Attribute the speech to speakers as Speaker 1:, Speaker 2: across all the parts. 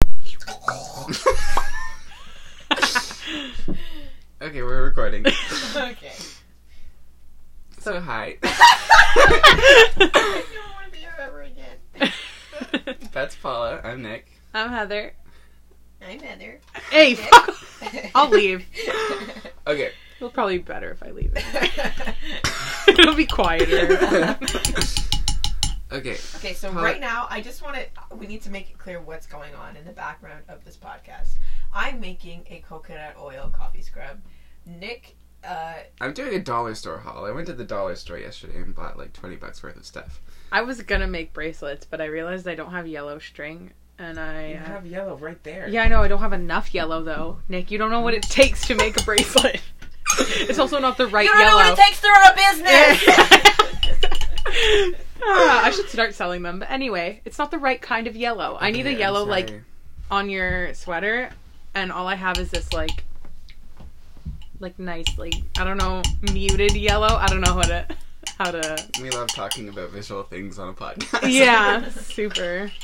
Speaker 1: okay, we're recording.
Speaker 2: okay.
Speaker 1: So hi.
Speaker 2: I don't want to be here ever again.
Speaker 1: That's Paula. I'm Nick.
Speaker 3: I'm Heather.
Speaker 2: I'm Heather.
Speaker 3: Hey, fuck off. I'll leave.
Speaker 1: Okay.
Speaker 3: It'll probably be better if I leave. It. It'll be quieter.
Speaker 1: okay.
Speaker 2: okay, so
Speaker 1: Huh.
Speaker 2: right now, I just want to. We need to make it clear what's going on in the background of this podcast. I'm making a coconut oil coffee scrub. Nick, uh,
Speaker 1: I'm doing a dollar store haul. I went to the dollar store yesterday and bought like 20 bucks worth of stuff.
Speaker 3: I was gonna make bracelets, but I realized I don't have yellow string, and I. uh,
Speaker 1: You have yellow right there.
Speaker 3: yeah, I know. I don't have enough yellow though, Nick. You don't know what it takes to make a bracelet. it's also not the right
Speaker 2: you don't know
Speaker 3: yellow.
Speaker 2: what it takes to run a business.
Speaker 3: Ah, I should start selling them. But anyway, it's not the right kind of yellow. I need a
Speaker 1: Okay, I'm
Speaker 3: yellow like
Speaker 1: sorry.
Speaker 3: on your sweater and all I have is this like like nice like I don't know muted yellow. I don't know how to how to
Speaker 1: We love talking about visual things on a podcast.
Speaker 3: Yeah, super.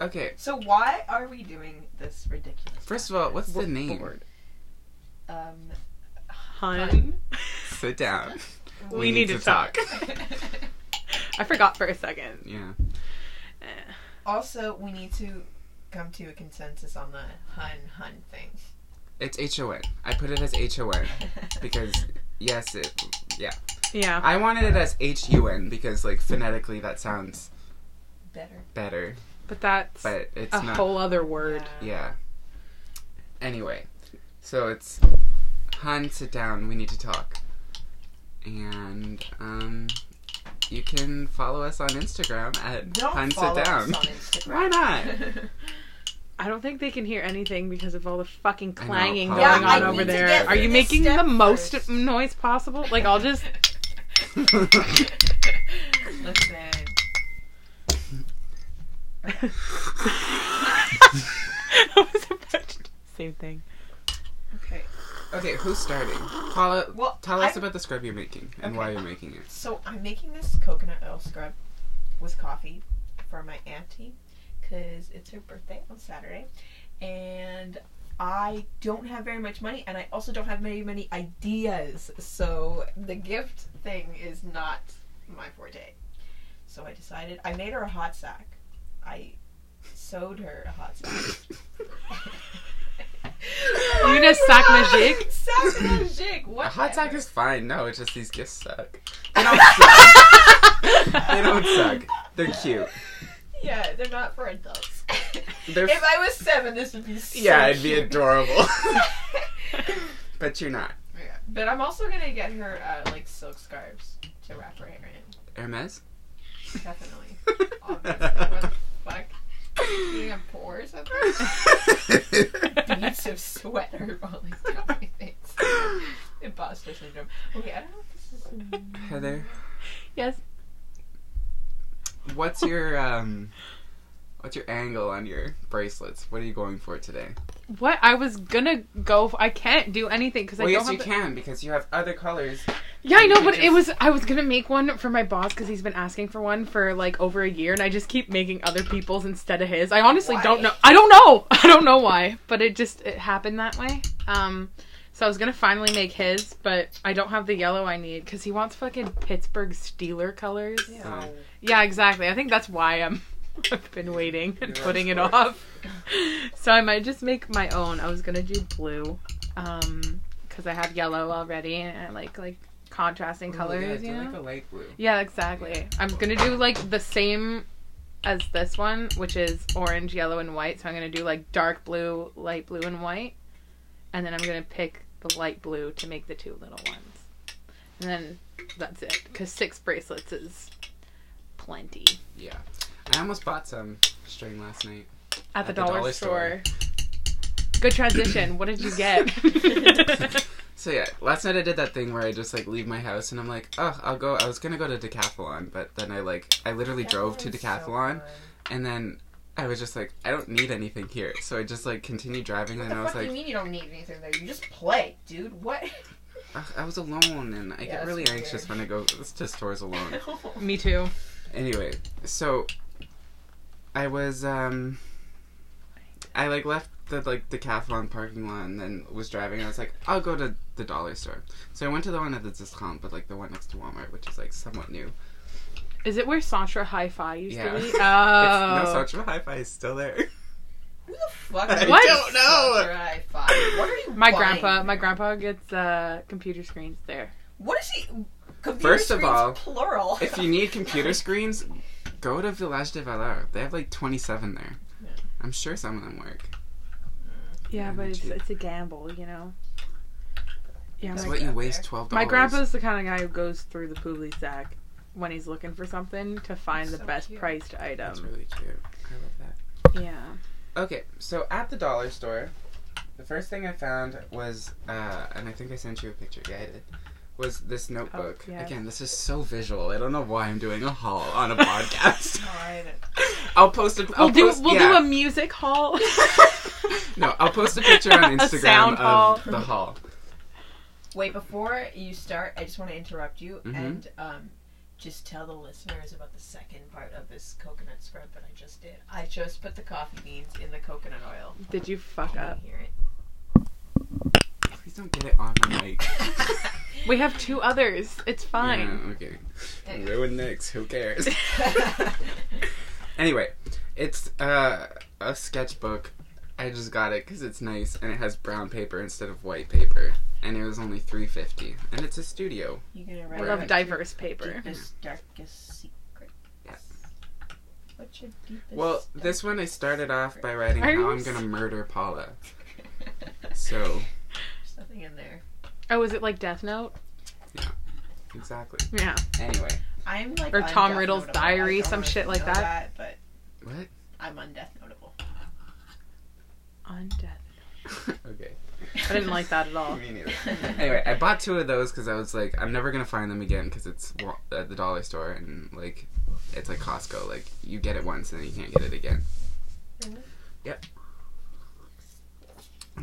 Speaker 1: Okay.
Speaker 2: so why are we doing this ridiculous?
Speaker 1: First of all, what's the name?
Speaker 3: Bored.
Speaker 2: Um,
Speaker 3: Hun.
Speaker 1: Sit down.
Speaker 3: We, need, to, talk. I forgot for a second.
Speaker 1: yeah.
Speaker 2: also, we need to come to a consensus on the hun hun thing.
Speaker 1: It's H O N. I put it as H O N because yes, it. Yeah.
Speaker 3: Yeah.
Speaker 1: I wanted it as H U N because like phonetically that sounds
Speaker 2: better.
Speaker 1: better,
Speaker 3: but that's
Speaker 1: but it's
Speaker 3: a
Speaker 1: not.
Speaker 3: whole other word.
Speaker 1: Yeah. Anyway, so it's Han, sit down. We need to talk. And um, you can follow us on Instagram at
Speaker 2: Don't
Speaker 1: Han sit
Speaker 2: follow
Speaker 1: down.
Speaker 2: us on Instagram.
Speaker 1: Why not?
Speaker 3: I don't think they can hear anything because of all the fucking
Speaker 1: I know,
Speaker 3: clanging
Speaker 1: Paula.
Speaker 3: going
Speaker 1: Yeah, I
Speaker 3: on over
Speaker 1: need to
Speaker 3: there.
Speaker 1: get
Speaker 3: Are
Speaker 1: through
Speaker 3: you
Speaker 2: this
Speaker 3: making
Speaker 2: step
Speaker 3: the most
Speaker 2: first.
Speaker 3: noise possible? Like I'll just
Speaker 2: Listen.
Speaker 3: I was about to do the same thing.
Speaker 2: Okay.
Speaker 1: okay, who's starting? Paula,
Speaker 2: Well,
Speaker 1: tell us
Speaker 2: I-
Speaker 1: about the scrub you're making and
Speaker 2: Okay.
Speaker 1: why you're making it.
Speaker 2: So I'm making this coconut oil scrub with coffee for my auntie because it's her birthday on Saturday, and I don't have very much money, and I also don't have very many ideas. So the gift thing is not my forte. So I decided I made her a hot sack. I sewed her a hot sack.
Speaker 3: You mean a sac magique?
Speaker 2: Sac magique. What?
Speaker 1: A hot sack
Speaker 2: ever.
Speaker 1: is fine. No, it's just these gifts suck. They don't suck. they don't suck. They're cute.
Speaker 2: Yeah, they're not for adults.
Speaker 1: They're
Speaker 2: if I was seven, this would be so
Speaker 1: yeah, it'd be
Speaker 2: cute.
Speaker 1: adorable. but you're not.
Speaker 2: Yeah, But I'm also gonna get her uh, like silk scarves to wrap her hair in.
Speaker 1: Hermes?
Speaker 2: Definitely. Obviously. What the fuck? You think I'm poor or something? Beads of sweat are falling down my face. Imposter syndrome. Okay, I don't know if this is.
Speaker 1: Heather,
Speaker 3: Yes.
Speaker 1: what's your um what's your angle on your bracelets? What are you going for today?
Speaker 3: What I was gonna go, for, I can't do anything because
Speaker 1: Well,
Speaker 3: I don't
Speaker 1: yes,
Speaker 3: have.
Speaker 1: you
Speaker 3: the-
Speaker 1: can because you have other colors.
Speaker 3: Yeah, I know,
Speaker 1: You
Speaker 3: but it
Speaker 1: just-
Speaker 3: was. I was gonna make one for my boss because he's been asking for one for like over a year, and I just keep making other people's instead of his. I honestly
Speaker 2: Why?
Speaker 3: don't know. I don't know. I don't know why, but it just it happened that way. Um, so I was gonna finally make his, but I don't have the yellow I need because he wants fucking Pittsburgh Steeler colors. Yeah.
Speaker 1: Oh.
Speaker 3: exactly. I think that's why I'm. I've been waiting and
Speaker 1: You're
Speaker 3: putting it
Speaker 1: on
Speaker 3: off. so I might just make my own. I was gonna do blue, um, because I have yellow already, and I like like contrasting colors.
Speaker 1: yeah, I do
Speaker 3: you know?
Speaker 1: like a light blue.
Speaker 3: Yeah, exactly. I'm gonna do like the same as this one, which is orange, yellow, and white. So I'm gonna do like dark blue, light blue, and white, and then I'm gonna pick the light blue to make the two little ones, and then that's it. Cause six bracelets is plenty
Speaker 1: Yeah. I almost bought some string last night.
Speaker 3: at the, dollar, store. Good transition. what did you get?
Speaker 1: So yeah, last night I did that thing where I just like leave my house and I'm like, oh, I'll go. I was gonna go to Decathlon, but then I like I literally drove to Decathlon and then I was just like, I don't need anything here. So I just like continued driving
Speaker 2: What
Speaker 1: and
Speaker 2: the
Speaker 1: I
Speaker 2: fuck
Speaker 1: was
Speaker 2: do you
Speaker 1: like,
Speaker 2: mean you don't need anything there? You just play, dude. What?
Speaker 1: Ugh, I was alone, and I get
Speaker 2: that's
Speaker 1: really
Speaker 2: weird.
Speaker 1: anxious when I go to stores alone.
Speaker 3: Me too.
Speaker 1: anyway, so I was um I like left the like Decathlon parking lot and then was driving. And I was like, I'll go to the dollar store. So I went to the one at the discount, but like the one next to Walmart, which is like somewhat new.
Speaker 3: Is it where Sasha Hi-Fi used
Speaker 1: Yeah.
Speaker 3: to be?
Speaker 1: It's
Speaker 3: Oh.
Speaker 1: It's, no, Satra Hi-Fi is still there.
Speaker 2: Who the fuck?
Speaker 1: I
Speaker 3: What?
Speaker 1: don't know.
Speaker 2: Right, fine. What are you?
Speaker 3: my
Speaker 2: buying?
Speaker 3: grandpa, my grandpa gets uh, computer screens there.
Speaker 2: What is he? Computer
Speaker 1: First of
Speaker 2: screens,
Speaker 1: all,
Speaker 2: plural.
Speaker 1: if you need computer screens, go to Village de Valeur. They have like 27 there.
Speaker 2: Yeah.
Speaker 1: I'm sure some of them work.
Speaker 3: Yeah,
Speaker 1: Yeah,
Speaker 3: but
Speaker 1: me
Speaker 3: it's,
Speaker 1: too.
Speaker 3: it's a gamble, you know. Yeah,
Speaker 1: That's
Speaker 3: my,
Speaker 2: It's
Speaker 1: what you
Speaker 2: God.
Speaker 1: waste $12.
Speaker 3: my grandpa's the kind of guy who goes through the poobly sack when he's looking for something to find
Speaker 2: That's
Speaker 3: the
Speaker 2: so
Speaker 3: best
Speaker 2: cute.
Speaker 3: priced item.
Speaker 1: That's really cute. I love that.
Speaker 3: Yeah.
Speaker 1: Okay, so at the dollar store, the first thing I found was, uh, and I think I sent you a picture. Yeah, I did. Was this notebook?
Speaker 3: Oh, yes.
Speaker 1: Again, this is so visual. I don't know why I'm doing a haul on a podcast.
Speaker 2: God.
Speaker 1: I'll post a. I'll
Speaker 3: We'll do
Speaker 1: post-
Speaker 3: we'll
Speaker 1: Oh, yeah.
Speaker 3: do a music haul.
Speaker 1: No, I'll post a picture on
Speaker 3: A
Speaker 1: Instagram
Speaker 3: sound
Speaker 1: of
Speaker 3: haul.
Speaker 1: the haul.
Speaker 2: Wait, before you start, I just want to interrupt you
Speaker 3: Mm-hmm.
Speaker 1: Mhm.
Speaker 2: and um, just tell the listeners about the second part of this coconut spread that I just did. I just put the coffee beans in the coconut oil.
Speaker 3: Did you fuck
Speaker 2: Can
Speaker 3: up?
Speaker 2: you hear it?
Speaker 1: Please don't get it on my mic.
Speaker 3: We have two others. It's fine.
Speaker 1: Yeah, okay. Ruin next. Who cares? Anyway, it's uh, a sketchbook. I just got it because it's nice and it has brown paper instead of white paper, and it was only three fifty. And it's a studio.
Speaker 2: you gonna
Speaker 3: I
Speaker 2: write
Speaker 1: Right.
Speaker 3: love
Speaker 2: like
Speaker 3: diverse
Speaker 2: your
Speaker 3: paper.
Speaker 2: Deepest, darkest secret.
Speaker 1: Yeah.
Speaker 2: What's your deepest?
Speaker 1: Well, this one I started off by writing
Speaker 3: Are
Speaker 1: how
Speaker 3: you
Speaker 1: I'm
Speaker 3: s-
Speaker 1: gonna murder Paula.
Speaker 2: darkest-
Speaker 1: So
Speaker 2: There's nothing in there.
Speaker 3: Oh, is it like Death Note?
Speaker 1: exactly.
Speaker 3: Yeah.
Speaker 1: Anyway,
Speaker 2: I'm like
Speaker 3: Or
Speaker 2: on
Speaker 3: Tom
Speaker 2: Death
Speaker 3: Riddle's
Speaker 2: Notable.
Speaker 3: diary,
Speaker 2: I don't
Speaker 3: some
Speaker 2: know if
Speaker 3: shit
Speaker 2: you
Speaker 3: like
Speaker 2: know
Speaker 3: that.
Speaker 2: But
Speaker 1: what?
Speaker 2: I'm on Death Notable.
Speaker 3: On Death.
Speaker 1: okay.
Speaker 3: I didn't like that at all.
Speaker 1: Me neither. Anyway, I bought two of those because I was like, I'm never gonna find them again because it's wa- at the dollar store and like, it's like Costco. Like you get it once and then you can't get it again.
Speaker 2: Really?
Speaker 1: Yep.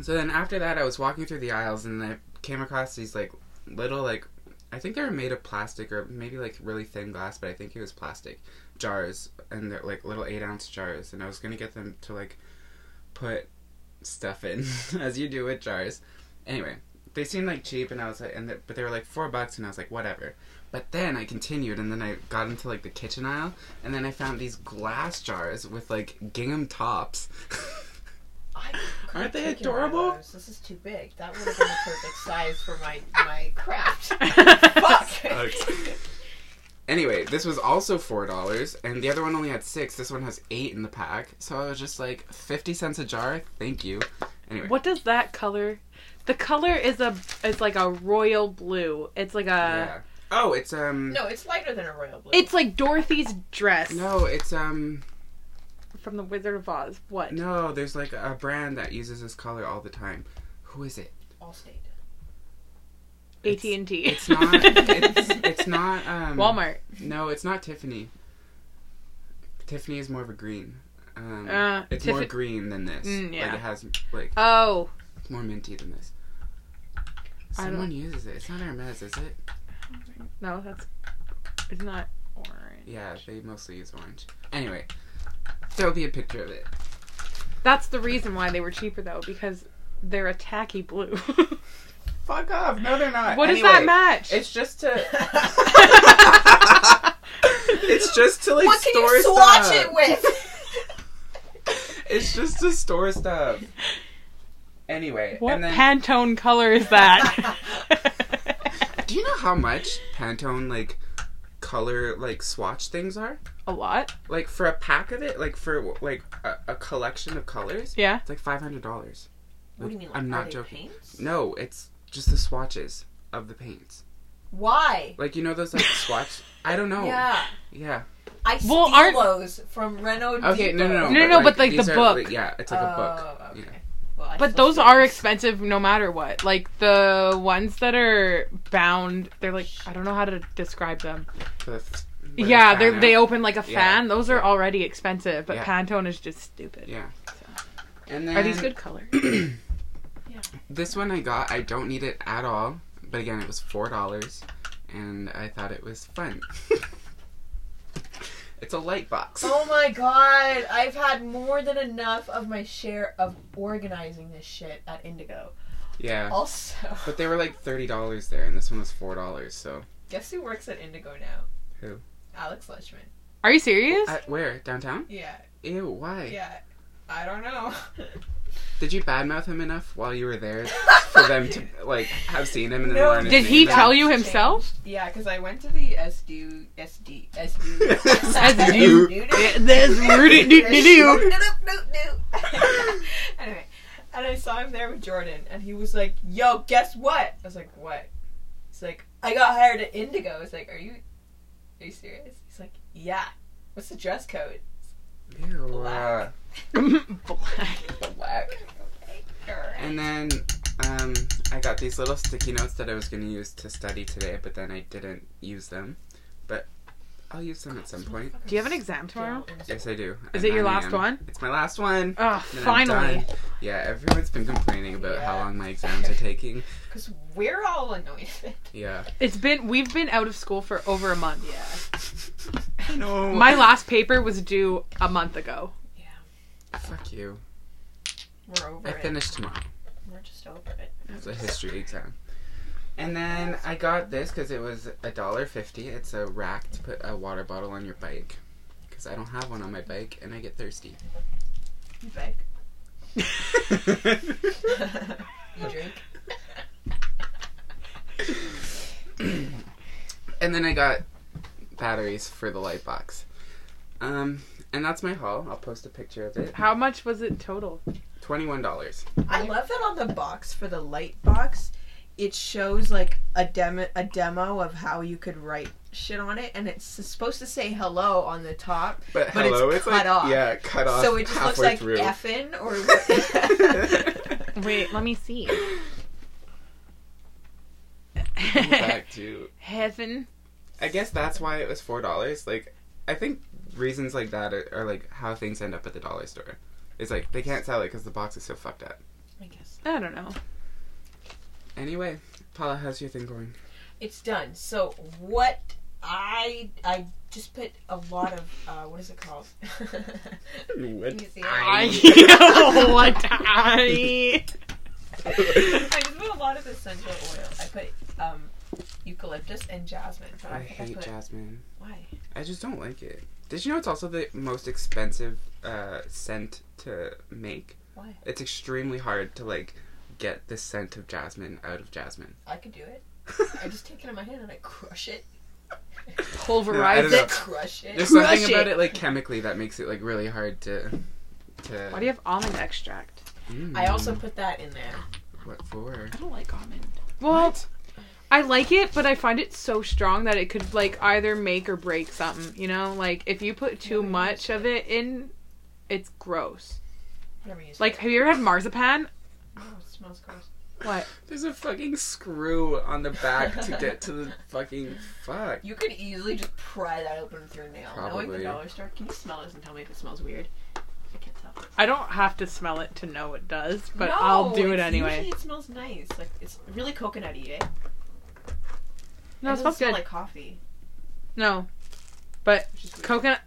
Speaker 1: So then after that, I was walking through the aisles and I came across these like little like, I think they were made of plastic or maybe like really thin glass, but I think it was plastic jars and they're like little eight ounce jars and I was gonna get them to like put stuff in as you do with jars. Anyway they seemed like cheap, and I was like, and the, but they were like four bucks, and I was like, whatever. But then I continued, and then I got into like the kitchen aisle, and then I found these glass jars with like gingham tops.
Speaker 2: I could've
Speaker 1: Aren't they
Speaker 2: taken one of
Speaker 1: adorable?
Speaker 2: those. This is too big. That would have been the perfect size for my my craft.
Speaker 1: Sucks.
Speaker 2: Fuck.
Speaker 1: anyway, this was also four dollars, and the other one only had six. This one has eight in the pack, so I was just like fifty cents a jar. Thank you. Anyway,
Speaker 3: What does that color? The color is a is like a royal blue. It's like a
Speaker 1: yeah. Oh, it's um.
Speaker 2: no, it's lighter than a royal blue.
Speaker 3: It's like Dorothy's dress
Speaker 1: No, it's um.
Speaker 3: from the Wizard of Oz. What?
Speaker 1: No, there's like a brand that uses this color all the time. Who is it?
Speaker 2: Allstate.
Speaker 3: AT and T.
Speaker 1: It's not. it's, it's not. Um,
Speaker 3: Walmart.
Speaker 1: No, it's not Tiffany. Tiffany is more of a green. Um,
Speaker 3: Uh,
Speaker 1: it's
Speaker 3: Tiff-
Speaker 1: more green than this.
Speaker 3: Mm, yeah.
Speaker 1: Like it has like
Speaker 3: Oh,
Speaker 1: it's more minty than this.
Speaker 3: I don't-
Speaker 1: Someone uses it. It's not Hermes, is it?
Speaker 3: no, that's it's not orange.
Speaker 1: Yeah, they mostly use orange. Anyway, there'll be a picture of it.
Speaker 3: That's the reason why they were cheaper though, because they're a tacky blue.
Speaker 1: Fuck off! No, they're not.
Speaker 3: what does
Speaker 1: Anyway,
Speaker 3: that match?
Speaker 1: It's just to.
Speaker 2: what
Speaker 1: it's just to like
Speaker 2: can
Speaker 1: store
Speaker 2: you swatch
Speaker 1: stuff.
Speaker 2: it with?
Speaker 1: It's just to store stuff. Anyway,
Speaker 3: what
Speaker 1: and then
Speaker 3: Pantone color is that?
Speaker 1: Do you know how much Pantone like color like swatch things are?
Speaker 3: a lot.
Speaker 1: Like for a pack of it, like for like a, a collection of colors,
Speaker 3: Yeah.
Speaker 1: it's like five hundred dollars.
Speaker 2: What do you mean? Like,
Speaker 1: I'm
Speaker 2: are
Speaker 1: not
Speaker 2: they
Speaker 1: joking.
Speaker 2: Paints?
Speaker 1: No, it's just the swatches of the paints.
Speaker 2: Why?
Speaker 1: Like you know those like swatch. I don't know.
Speaker 2: Yeah.
Speaker 1: Yeah.
Speaker 2: I
Speaker 3: Well,
Speaker 2: steal
Speaker 3: aren't-
Speaker 2: those from Renault.
Speaker 1: Okay. No. No. No.
Speaker 3: No, no, but, like,
Speaker 1: these
Speaker 3: the
Speaker 1: are,
Speaker 3: book.
Speaker 1: like, yeah, it's like a book.
Speaker 2: Oh, okay.
Speaker 1: Yeah.
Speaker 2: Well, I
Speaker 3: But
Speaker 2: still
Speaker 3: those
Speaker 2: steal
Speaker 3: are
Speaker 2: those.
Speaker 3: expensive no matter what. Like the ones that are bound, they're like I don't know how to describe them.
Speaker 1: For the f- for the
Speaker 3: yeah, they
Speaker 1: fan
Speaker 3: they
Speaker 1: out.
Speaker 3: open like a
Speaker 1: Yeah,
Speaker 3: fan. Those are
Speaker 1: yeah.
Speaker 3: already expensive, but
Speaker 1: Yeah.
Speaker 3: Pantone is just stupid.
Speaker 1: Yeah. And then
Speaker 3: Are these good colors?
Speaker 1: This one I got, I don't need it at all. But again, it was four dollars, and I thought it was fun. It's a light box.
Speaker 2: Oh my god, I've had more than enough of my share of organizing this shit at Indigo.
Speaker 1: Yeah.
Speaker 2: Also,
Speaker 1: But they were like thirty dollars there, and this one was four dollars. So
Speaker 2: guess who works at Indigo now?
Speaker 1: Who?
Speaker 2: Alex Lutchman.
Speaker 3: Are you serious?
Speaker 1: at where downtown?
Speaker 2: Yeah,
Speaker 1: Ew. Why?
Speaker 2: yeah. I don't know.
Speaker 1: Did you badmouth him enough while you were there for them to like have seen him and then
Speaker 2: No.
Speaker 1: learn? his
Speaker 3: Did he
Speaker 1: name?
Speaker 3: tell you himself?
Speaker 2: Yeah, because I went to the SDU, SD, SDU,
Speaker 1: SDU.
Speaker 3: That's rooted- do- do- do.
Speaker 2: Anyway, and I saw him there with Jordan, and he was like, "Yo, guess what?" I was like, "What?" He's like, "I got hired at Indigo." I was like, "Are you, are you serious?" He's like, "Yeah." What's the dress code?
Speaker 1: Ew. Uh,
Speaker 2: Black.
Speaker 3: Black.
Speaker 1: black.
Speaker 2: Okay. alright.
Speaker 1: And then um, I got these little sticky notes that I was going to use to study today, but then I didn't use them. But I'll use them at some point.
Speaker 3: Do you have an exam tomorrow?
Speaker 1: Yes, I do.
Speaker 3: Is
Speaker 1: at
Speaker 3: it your
Speaker 1: 9
Speaker 3: last
Speaker 1: a.m..
Speaker 3: one?
Speaker 1: It's my last one.
Speaker 3: Oh,
Speaker 1: And then I'm
Speaker 3: finally.
Speaker 1: done. Yeah, everyone's been complaining about how
Speaker 2: Yeah.
Speaker 1: long my exams are taking.
Speaker 2: Because we're all annoyed.
Speaker 1: Yeah.
Speaker 3: It's been we've been out of school for over a month.
Speaker 2: yeah.
Speaker 1: No.
Speaker 3: My last paper was due a month ago.
Speaker 1: Fuck you.
Speaker 2: We're over
Speaker 1: I
Speaker 2: it.
Speaker 1: finish tomorrow.
Speaker 2: We're just over it.
Speaker 1: It's a history exam. And then I got this because it was a dollar fifty. It's a rack to put a water bottle on your bike, because I don't have one on my bike and I get thirsty.
Speaker 2: You beg. you drink.
Speaker 1: and then I got batteries for the light box. Um, and that's my haul. I'll post a picture of it.
Speaker 3: How much was it total?
Speaker 1: Twenty-one dollars.
Speaker 2: I love that on the box for the light box, it shows like a demo a demo of how you could write shit on it, and it's supposed to say hello on the top,
Speaker 1: But,
Speaker 2: But
Speaker 1: hello,
Speaker 2: it's
Speaker 1: it's, like
Speaker 2: cut off.
Speaker 1: yeah, cut off.
Speaker 2: so it just looks
Speaker 1: halfway
Speaker 2: like
Speaker 1: through.
Speaker 2: effin' or. what-
Speaker 3: Wait, let me see.
Speaker 1: Go Back to.
Speaker 3: Heaven.
Speaker 1: I guess that's why it was four dollars. Like, I think reasons like that are, are like how things end up at the dollar store. It's like they can't sell it because the box is so fucked up.
Speaker 2: I guess
Speaker 3: I don't know.
Speaker 1: Anyway, Paula, how's your thing going?
Speaker 2: it's done. So what I I just put a lot of uh, what is it called? Can you see it?
Speaker 3: I what I
Speaker 2: I just put a lot of essential oil. I put um, eucalyptus and jasmine. but
Speaker 1: I
Speaker 2: don't think
Speaker 1: hate
Speaker 2: put-
Speaker 1: jasmine.
Speaker 2: Why?
Speaker 1: I just don't like it. Did you know it's also the most expensive uh, scent to make?
Speaker 2: Why?
Speaker 1: It's extremely hard to like get the scent of jasmine out of jasmine.
Speaker 2: I could do it. I just take it in my hand and I crush it.
Speaker 3: pulverize
Speaker 1: No, I
Speaker 3: it.
Speaker 2: Crush it.
Speaker 1: There's
Speaker 3: Crush
Speaker 1: something about
Speaker 3: it.
Speaker 1: it like chemically that makes it like really hard to. to
Speaker 3: Why do you have almond extract?
Speaker 1: Mm.
Speaker 2: I also put that in there.
Speaker 1: What for?
Speaker 3: I don't like almond. Well, I like it, but I find it so strong that it could like either make or break something. You know, like if you put too
Speaker 2: Yeah.
Speaker 3: much of it in, it's gross.
Speaker 2: Never used
Speaker 3: Like, have you ever had marzipan?
Speaker 2: it. Oh, it smells gross.
Speaker 3: What?
Speaker 1: There's a fucking screw on the back to get to the fucking fuck.
Speaker 2: You could easily just pry that open with your nail. Knowing the
Speaker 1: Probably.
Speaker 2: dollar store, can you smell this and tell me if it smells weird? I can't tell.
Speaker 3: I don't have to smell it to know it does, but
Speaker 2: No,
Speaker 3: I'll do it
Speaker 2: it's-
Speaker 3: anyway.
Speaker 2: Usually it smells nice. Like it's really coconutty, eh?
Speaker 3: No, it
Speaker 2: doesn't
Speaker 3: smells
Speaker 2: smell
Speaker 3: good.
Speaker 2: like coffee.
Speaker 3: no,
Speaker 2: Which is weird.
Speaker 3: coconut.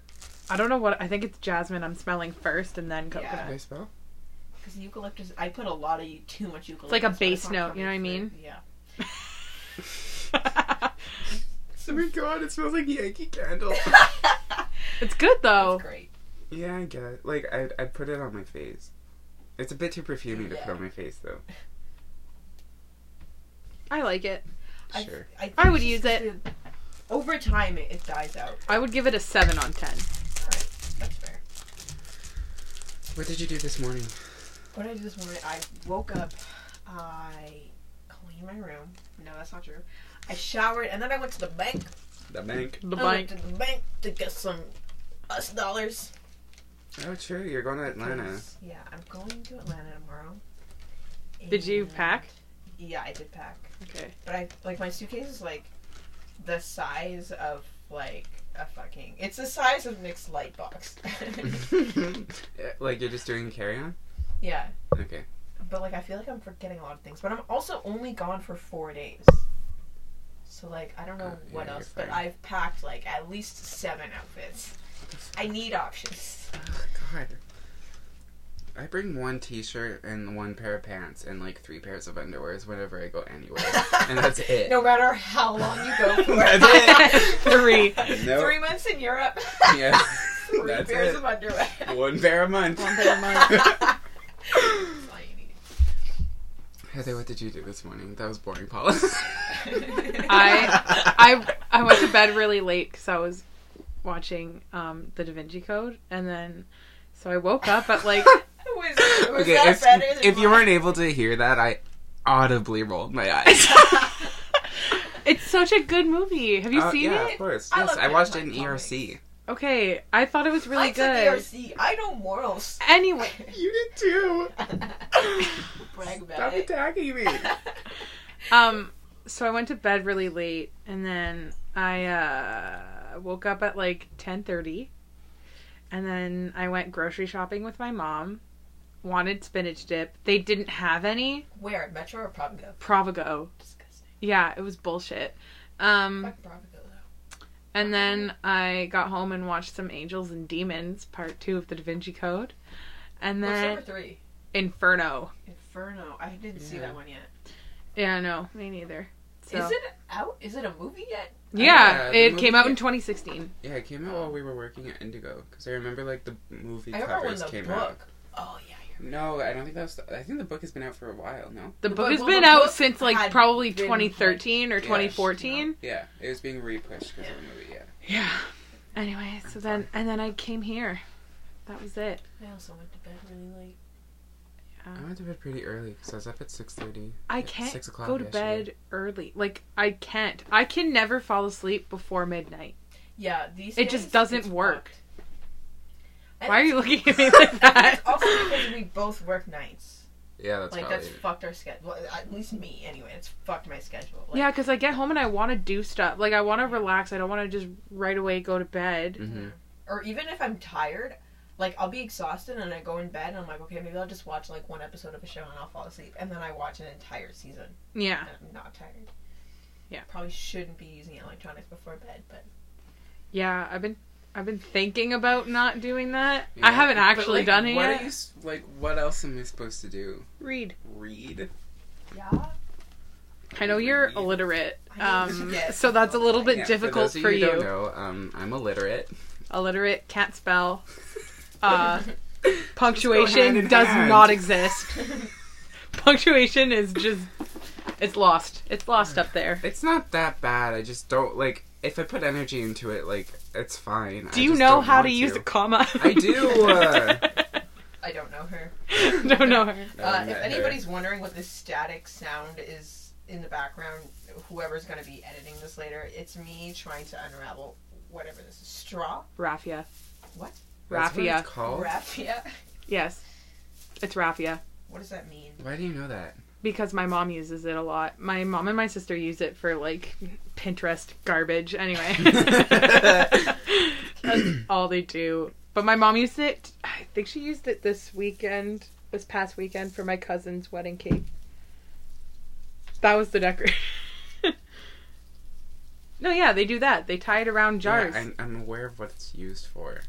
Speaker 3: I don't know what. I think it's jasmine. I'm smelling first, and then coconut.
Speaker 1: Did I spell?
Speaker 2: Because eucalyptus, I put a lot of eu- too much eucalyptus.
Speaker 3: like a
Speaker 2: but
Speaker 3: base
Speaker 2: not
Speaker 3: note,
Speaker 2: coming
Speaker 3: you know what I mean?
Speaker 2: through. Yeah.
Speaker 1: Oh my god, it smells like Yankee Candle.
Speaker 3: it's good though.
Speaker 2: That's great.
Speaker 1: yeah, I get it. Like, I, I put it on my face. It's a bit too perfumey to put on my face, though.
Speaker 3: I like it.
Speaker 2: I-
Speaker 1: Sure.
Speaker 2: I, think
Speaker 3: I would
Speaker 2: it's
Speaker 3: use
Speaker 2: just
Speaker 3: it.
Speaker 2: the- Over time, it, it dies out.
Speaker 3: I would give it a seven on ten.
Speaker 2: Alright, that's fair.
Speaker 1: What did you do this morning?
Speaker 2: What did I do this morning? I woke up. I cleaned my room. No, that's not true. I showered and then I went to the bank.
Speaker 1: The bank.
Speaker 3: The
Speaker 2: I went
Speaker 3: bite.
Speaker 2: to the bank to get some US dollars.
Speaker 1: Oh, true. You're going to Atlanta.
Speaker 2: Yeah, I'm going to Atlanta tomorrow.
Speaker 3: Did you
Speaker 2: And-
Speaker 3: pack?
Speaker 2: Yeah, I did pack.
Speaker 3: Okay.
Speaker 2: But I like my suitcase is like the size of like a fucking. It's the size of Nick's light box.
Speaker 1: Yeah, like, you're just doing carry on?
Speaker 2: yeah,
Speaker 1: Okay.
Speaker 2: but like I feel like I'm forgetting a lot of things. But I'm also only gone for four days, so like I don't know
Speaker 1: Oh,
Speaker 2: what
Speaker 1: yeah,
Speaker 2: else.
Speaker 1: you're
Speaker 2: But
Speaker 1: fine.
Speaker 2: I've packed like at least seven outfits. I need options.
Speaker 1: Ugh, God. I bring one T-shirt and one pair of pants and like three pairs of underwears whenever I go anywhere, and that's it.
Speaker 2: No matter how long you go for.
Speaker 1: That's
Speaker 3: it. Three.
Speaker 1: No.
Speaker 2: Three months in Europe.
Speaker 1: Yeah.
Speaker 2: Three
Speaker 1: That's
Speaker 2: pairs
Speaker 1: it.
Speaker 2: of underwear.
Speaker 1: One pair a month.
Speaker 3: One pair a month.
Speaker 2: That's all you
Speaker 1: Heather, what did you do this morning? That was boring, Paula.
Speaker 2: need.
Speaker 3: I- I I went to bed really late because I was watching um, the Da Vinci Code, and then so I woke up at like
Speaker 2: was, was
Speaker 1: okay,
Speaker 2: that
Speaker 1: if,
Speaker 2: better than
Speaker 1: if you
Speaker 2: mine?
Speaker 1: weren't able to hear that, I audibly rolled my eyes.
Speaker 3: it's such a good movie. Have you
Speaker 1: Uh,
Speaker 3: seen
Speaker 1: yeah,
Speaker 3: it?
Speaker 1: of course.
Speaker 2: I
Speaker 1: yes,
Speaker 2: love
Speaker 1: I watched it
Speaker 2: Pixar
Speaker 1: in E
Speaker 2: comics.
Speaker 1: ERC.
Speaker 3: Okay, I thought it was really
Speaker 2: I took
Speaker 3: good.
Speaker 2: ERC. I know morals.
Speaker 3: Anyway,
Speaker 1: You did too.
Speaker 2: Brag about it.
Speaker 1: attacking me.
Speaker 3: um, so I went to bed really late, and then I uh, woke up at like ten thirty, and then I went grocery shopping with my mom. Wanted spinach dip. They didn't have any.
Speaker 2: Where? at Metro or Provigo?
Speaker 3: Provigo.
Speaker 2: Disgusting.
Speaker 3: Yeah, it was bullshit. Um,
Speaker 2: Fuck Provigo though.
Speaker 3: and then I got home and watched some Angels and Demons, part two of the Da Vinci Code, and
Speaker 2: What's
Speaker 3: then
Speaker 2: number three?
Speaker 3: Inferno.
Speaker 2: Inferno. I didn't see
Speaker 1: Yeah.
Speaker 2: that one yet.
Speaker 3: Yeah, no, me neither. So.
Speaker 2: Is it out? Is it a movie yet?
Speaker 1: Yeah,
Speaker 3: Yeah,
Speaker 1: the
Speaker 3: it
Speaker 1: movie-
Speaker 3: came out in 2016.
Speaker 1: Yeah, it came out while we were working at Indigo because I remember like the movie
Speaker 2: I remember when
Speaker 1: covers
Speaker 2: the
Speaker 1: came
Speaker 2: book.
Speaker 1: out.
Speaker 2: Oh yeah. you're-
Speaker 1: No, I don't think that was. The, I think the book has been out for a while. No.
Speaker 3: The
Speaker 2: The
Speaker 3: book
Speaker 2: book-
Speaker 3: has
Speaker 2: well,
Speaker 3: been
Speaker 2: the
Speaker 3: out
Speaker 2: book
Speaker 3: since like
Speaker 2: had
Speaker 3: probably
Speaker 2: been, like,
Speaker 3: 2013 or
Speaker 1: yeah,
Speaker 3: 2014.
Speaker 1: Yeah, it was being repushed because of the movie. Yeah.
Speaker 3: Yeah. Anyway, so then and then I came here. That was it.
Speaker 2: I also went to bed really late.
Speaker 1: I went to bed pretty early because I was up at six thirty.
Speaker 3: I
Speaker 1: Yeah,
Speaker 3: can't
Speaker 1: six o'clock
Speaker 3: go to
Speaker 1: yesterday.
Speaker 3: bed early. Like I can't. I can never fall asleep before midnight.
Speaker 2: Yeah, these.
Speaker 3: It just
Speaker 2: days,
Speaker 3: doesn't
Speaker 2: it's
Speaker 3: work.
Speaker 2: fucked. And
Speaker 3: Why are
Speaker 2: it's-
Speaker 3: you looking at me like that?
Speaker 2: it's also because we both work nights.
Speaker 1: Yeah, that's
Speaker 2: like
Speaker 1: probably.
Speaker 2: that's
Speaker 1: it.
Speaker 2: fucked our schedule. Well, at least me anyway. It's fucked my schedule. Like,
Speaker 3: Yeah, because I get home and I want to do stuff. Like I want to relax. I don't want to just right away go to bed.
Speaker 1: Mhm.
Speaker 2: mm-hmm. Or even if I'm tired, like I'll be exhausted and I go in bed and I'm like, okay, maybe I'll just watch like one episode of a show and I'll fall asleep. And then I watch an entire season
Speaker 3: Yeah.
Speaker 2: and I'm not tired.
Speaker 3: Yeah.
Speaker 2: Probably shouldn't be using electronics before bed, but
Speaker 3: Yeah, I've been I've been thinking about not doing that.
Speaker 1: Yeah.
Speaker 3: I haven't
Speaker 1: But,
Speaker 3: actually
Speaker 1: like,
Speaker 3: done it
Speaker 1: what
Speaker 3: yet.
Speaker 1: Are you, s- like, what else am I supposed to do?
Speaker 3: Read.
Speaker 1: Read.
Speaker 2: yeah.
Speaker 3: I know you're
Speaker 1: Read.
Speaker 3: illiterate,
Speaker 2: I know.
Speaker 3: um,
Speaker 2: Yes.
Speaker 3: so that's a little bit
Speaker 1: Yeah,
Speaker 3: difficult
Speaker 1: for, those of
Speaker 3: for
Speaker 1: you.
Speaker 3: you.
Speaker 1: who Don't know, um, I'm illiterate.
Speaker 3: Illiterate, can't spell, uh,
Speaker 1: Just go hand
Speaker 3: punctuation
Speaker 1: in
Speaker 3: does
Speaker 1: hand.
Speaker 3: not exist. punctuation is just it's lost. It's lost up there.
Speaker 1: It's not that bad. I just don't like. If I put energy into it, like it's fine. I
Speaker 3: Do you
Speaker 1: just
Speaker 3: know
Speaker 1: don't
Speaker 3: how
Speaker 1: want
Speaker 3: to use a comma?
Speaker 1: I do, uh.
Speaker 2: I don't know her.
Speaker 3: don't know her.
Speaker 1: No,
Speaker 2: Uh,
Speaker 1: I'm not
Speaker 2: if
Speaker 1: her.
Speaker 2: anybody's wondering what this static sound is in the background, whoever's going to be editing this later, it's me trying to unravel whatever this is. Straw?
Speaker 3: Raffia.
Speaker 2: What?
Speaker 1: That's what
Speaker 3: Raffia.
Speaker 1: it's called?
Speaker 2: Raffia?
Speaker 3: Yes, it's Raffia.
Speaker 2: What does that mean?
Speaker 1: Why do you know that?
Speaker 3: because my mom uses it a lot. My mom and my sister use it for like Pinterest garbage anyway. That's all they do. But my mom used it I think she used it this weekend, this past weekend for my cousin's wedding cake. That was the decoration. no, yeah, they do that. They tie it around jars,
Speaker 1: Yeah, I'm, I'm aware of what it's used for.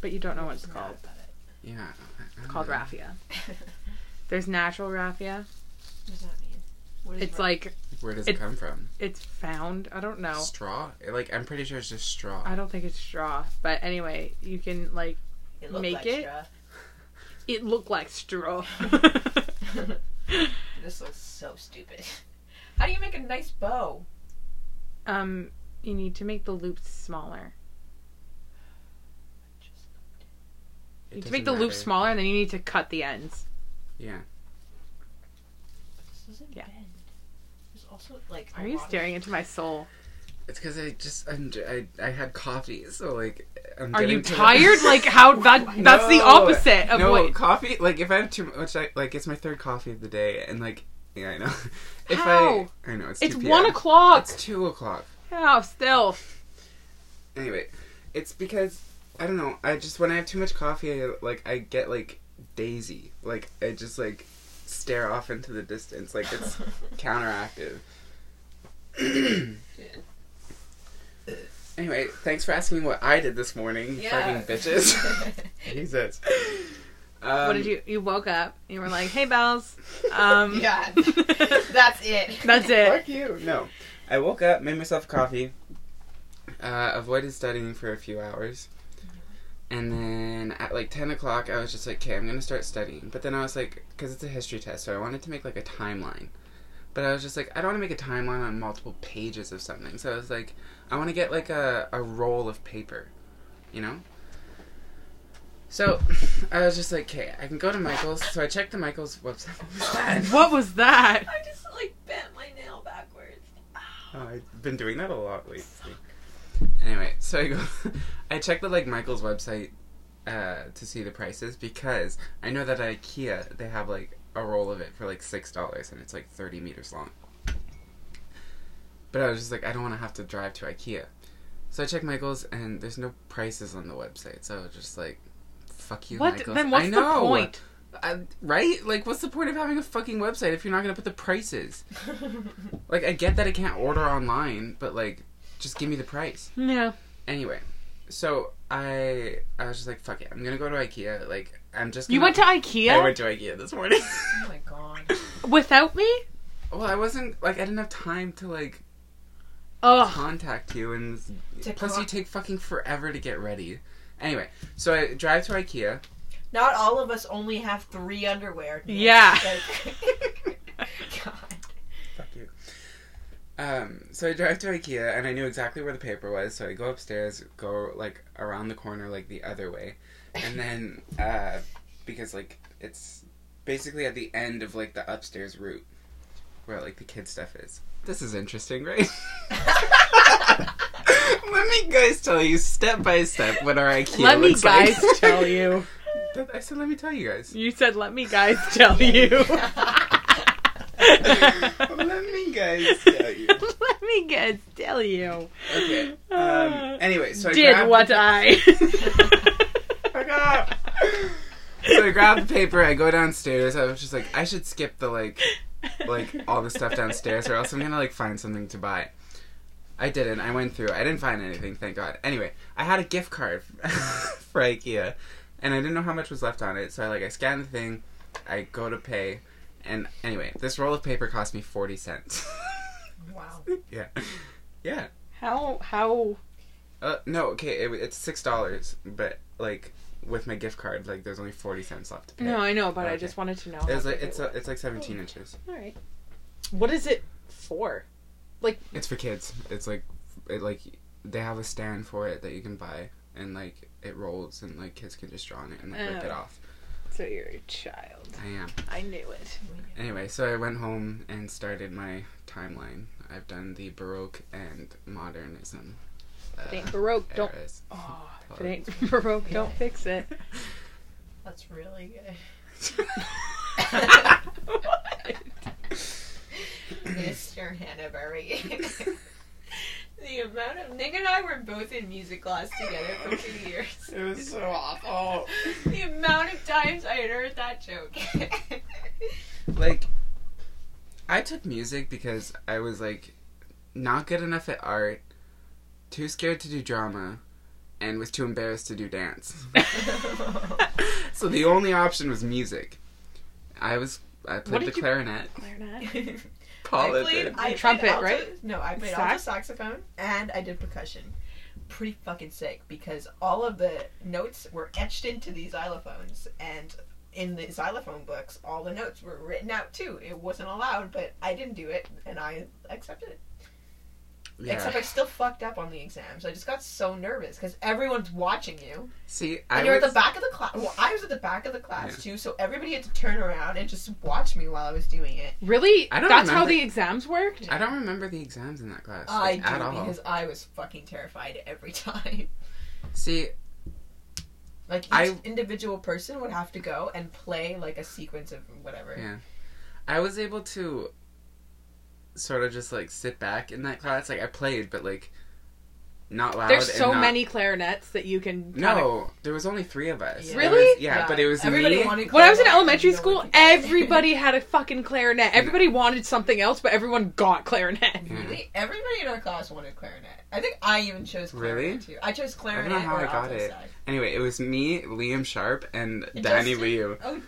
Speaker 3: but you don't know what it's
Speaker 2: Not
Speaker 3: called.
Speaker 2: about it.
Speaker 1: Yeah. I- I
Speaker 3: It's called
Speaker 1: don't know.
Speaker 3: raffia. There's natural raffia.
Speaker 2: What does that mean? What is
Speaker 3: It's
Speaker 2: ra-
Speaker 3: like
Speaker 1: Where does it
Speaker 3: It's-
Speaker 1: come from?
Speaker 3: it's found. I don't know.
Speaker 1: Straw? Like I'm pretty sure it's just straw.
Speaker 3: I don't think it's straw, but anyway, you can like
Speaker 2: It looked
Speaker 3: make
Speaker 2: like
Speaker 3: it?
Speaker 2: straw.
Speaker 3: it looked like straw.
Speaker 2: this looks so stupid. How do you make a nice bow?
Speaker 3: um, you need to make the loops smaller.
Speaker 2: Just-
Speaker 1: It
Speaker 3: You need to
Speaker 1: doesn't
Speaker 3: make the loops
Speaker 1: matter.
Speaker 3: smaller, and then you need to cut the ends.
Speaker 1: Yeah.
Speaker 2: This doesn't
Speaker 3: Yeah.
Speaker 2: bend. There's also like.
Speaker 3: Why are you staring into my soul?
Speaker 1: It's because I just I'm, j- I I had coffee, so like I'm.
Speaker 3: Are you
Speaker 1: getting to the-
Speaker 3: tired? like how that that's the
Speaker 1: No.
Speaker 3: opposite of
Speaker 1: no
Speaker 3: what.
Speaker 1: coffee. Like if I have too much, I, like it's my third coffee of the day, and like yeah, I know. If
Speaker 3: How?
Speaker 1: I I know it's
Speaker 3: It's
Speaker 1: 2 PM.
Speaker 3: one o'clock.
Speaker 1: It's two o'clock.
Speaker 3: Oh, still.
Speaker 1: Anyway, it's because I don't know. I just when I have too much coffee, I, like I get like daisy. Like I just like stare off into the distance. Like it's counteractive. Anyway, thanks for asking what I did this morning, fucking bitches. Jesus. Um,
Speaker 3: what did you? You woke up. You were like, "Hey, Bells." Um,
Speaker 2: Yeah. That's it.
Speaker 3: that's it.
Speaker 1: Fuck you. No. I woke up, made myself coffee, uh, avoided studying for a few hours. And then at like 10 o'clock, I was just like, okay, I'm going to start studying. But then I was like, because it's a history test, so I wanted to make like a timeline. But I was just like, I don't want to make a timeline on multiple pages of something. So I was like, I want to get like a, a roll of paper, you know? So I was just like, okay, I can go to Michael's. So I checked the Michael's website. What was that?
Speaker 3: What was that?
Speaker 2: I just like bent my nail backwards.
Speaker 1: Oh, I've been doing that a lot lately. Anyway, so I go, I checked the like Michael's website uh, to see the prices because I know that at IKEA they have like a roll of it for like six dollars and it's like thirty meters long. But I was just like, I don't want to have to drive to IKEA, so I checked Michael's and there's no prices on the website. So I was just like, fuck you,
Speaker 3: what?
Speaker 1: Michael's.
Speaker 3: Then what's
Speaker 1: I know,
Speaker 3: the point?
Speaker 1: I- right? Like, what's the point of having a fucking website if you're not gonna put the prices?
Speaker 2: Oh
Speaker 1: Like, I get that I can't order online, but like, just give me the price.
Speaker 3: Yeah.
Speaker 1: Anyway, so I I was just like, fuck it, I'm gonna go to IKEA. Like, I'm just.
Speaker 3: You
Speaker 1: gonna-
Speaker 3: went to IKEA
Speaker 1: I went to IKEA this morning.
Speaker 2: oh my god.
Speaker 3: without me?
Speaker 1: well, I wasn't like I didn't have time to like
Speaker 3: Ugh.
Speaker 1: contact you, and this-
Speaker 2: To
Speaker 1: plus
Speaker 2: co-
Speaker 1: you take fucking forever to get ready. Anyway, so I drive to IKEA.
Speaker 2: Not all of us only have three underwear.
Speaker 3: Yeah.
Speaker 2: Like- god.
Speaker 1: Fuck you. Um, so I drive to IKEA and I knew exactly where the paper was, so I go upstairs, go like around the corner like the other way. And then uh because like it's basically at the end of like the upstairs route where like the kid stuff is. This is interesting, right? Let me guys tell you step by step what our IKEA
Speaker 3: Let me
Speaker 1: looks like.
Speaker 3: guys tell you.
Speaker 1: I said let me tell you guys.
Speaker 3: You said, "Let me guys tell you."
Speaker 1: let me guys tell you.
Speaker 3: Let me guys tell you.
Speaker 1: Okay. Um, anyway, so I
Speaker 3: Uh, Did
Speaker 1: grabbed-
Speaker 3: what I.
Speaker 1: Fuck up. so I grab the paper. I go downstairs. I was just like, I should skip the like, like all the stuff downstairs, or else I'm gonna like find something to buy. I didn't. I went through. I didn't find anything. Thank God. Anyway, I had a gift card for IKEA, and I didn't know how much was left on it. So I like I scan the thing. I go to pay, and anyway, this roll of paper cost me forty cents.
Speaker 2: Wow.
Speaker 1: yeah, yeah.
Speaker 3: How how
Speaker 1: Uh, no, okay, it, it's six dollars, but like with my gift card, like there's only forty cents left to pay.
Speaker 3: No, I know, but I
Speaker 1: Okay.
Speaker 3: just wanted to know.
Speaker 1: It's
Speaker 3: how
Speaker 1: like
Speaker 3: big
Speaker 1: it's
Speaker 3: it
Speaker 1: a,
Speaker 3: was.
Speaker 1: it's like 17 inches.
Speaker 3: All right. What is it for?
Speaker 1: It's for kids. It's like it like they have a stand for it that you can buy and like it rolls and like kids can just draw on it and like rip
Speaker 3: Oh.
Speaker 1: it off.
Speaker 3: So you're a child.
Speaker 1: I am.
Speaker 3: I knew it.
Speaker 1: Anyway, so I went home and started my timeline. I've done the baroque and modernism. Uh,
Speaker 3: If it ain't baroque, don't.
Speaker 1: eras.
Speaker 3: Oh, if it ain't baroque, don't fix it.
Speaker 2: That's really good. Mr. Hannaberry. the amount of Nick and I were both in music class together for two years.
Speaker 1: it was so awful.
Speaker 2: The amount of times I had heard that joke.
Speaker 1: like I took music because I was like not good enough at art, too scared to do drama, and was too embarrassed to do dance. So the only option was music. I was I played the
Speaker 3: did you-
Speaker 1: clarinet.
Speaker 3: Clarinet.
Speaker 1: Paula
Speaker 2: I played,
Speaker 1: did.
Speaker 2: I
Speaker 3: Trumpet,
Speaker 2: played alto,
Speaker 3: right?
Speaker 2: No, I played
Speaker 3: Sax?
Speaker 2: alto saxophone and I did percussion. Pretty fucking sick because all of the notes were etched into the xylophones and in the xylophone books all the notes were written out too. It wasn't allowed, but I didn't do it and I accepted it.
Speaker 1: yeah.
Speaker 2: Except I still fucked up on the exams. I just got so nervous because everyone's watching you.
Speaker 1: See,
Speaker 2: And
Speaker 1: I
Speaker 2: you're
Speaker 1: was,
Speaker 2: at the back of the class. Well, I was at the back of the class too, so everybody had to turn around and just watch me while I was doing it.
Speaker 3: Really?
Speaker 1: I don't
Speaker 3: That's how
Speaker 1: remember.
Speaker 3: the exams worked?
Speaker 1: I don't remember the exams in that class
Speaker 2: I
Speaker 1: like,
Speaker 2: do
Speaker 1: at all.
Speaker 2: because I was fucking terrified every time.
Speaker 1: See,
Speaker 2: Like each
Speaker 1: I-
Speaker 2: individual person would have to go and play like a sequence of whatever.
Speaker 1: Yeah. I was able to sort of just like sit back in that class. Like I played, but like not loud.
Speaker 3: There's
Speaker 1: and
Speaker 3: so
Speaker 1: not-
Speaker 3: many clarinets that you can. kinda-
Speaker 1: No, there was only three of us.
Speaker 2: Yeah.
Speaker 1: There
Speaker 3: Really?
Speaker 1: was- yeah,
Speaker 2: Yeah.
Speaker 1: but it was
Speaker 2: Everybody
Speaker 1: me.
Speaker 2: wanted-
Speaker 3: When I was in
Speaker 2: Clarinet,
Speaker 3: elementary
Speaker 2: you know
Speaker 3: school,
Speaker 2: what you-
Speaker 3: everybody had a fucking clarinet. Everybody wanted something else, but everyone got clarinet.
Speaker 1: Yeah.
Speaker 2: Really? Everybody in our class wanted clarinet. I think I even chose clarinet
Speaker 1: Really?
Speaker 2: too. I chose
Speaker 1: I
Speaker 2: clarinet.
Speaker 1: don't know how
Speaker 2: or
Speaker 1: I got
Speaker 2: alto
Speaker 1: it.
Speaker 2: sax.
Speaker 1: Anyway, it was me, Liam Sharp, and
Speaker 2: And
Speaker 1: Danny
Speaker 2: Justin.
Speaker 1: Liu.
Speaker 2: Oh,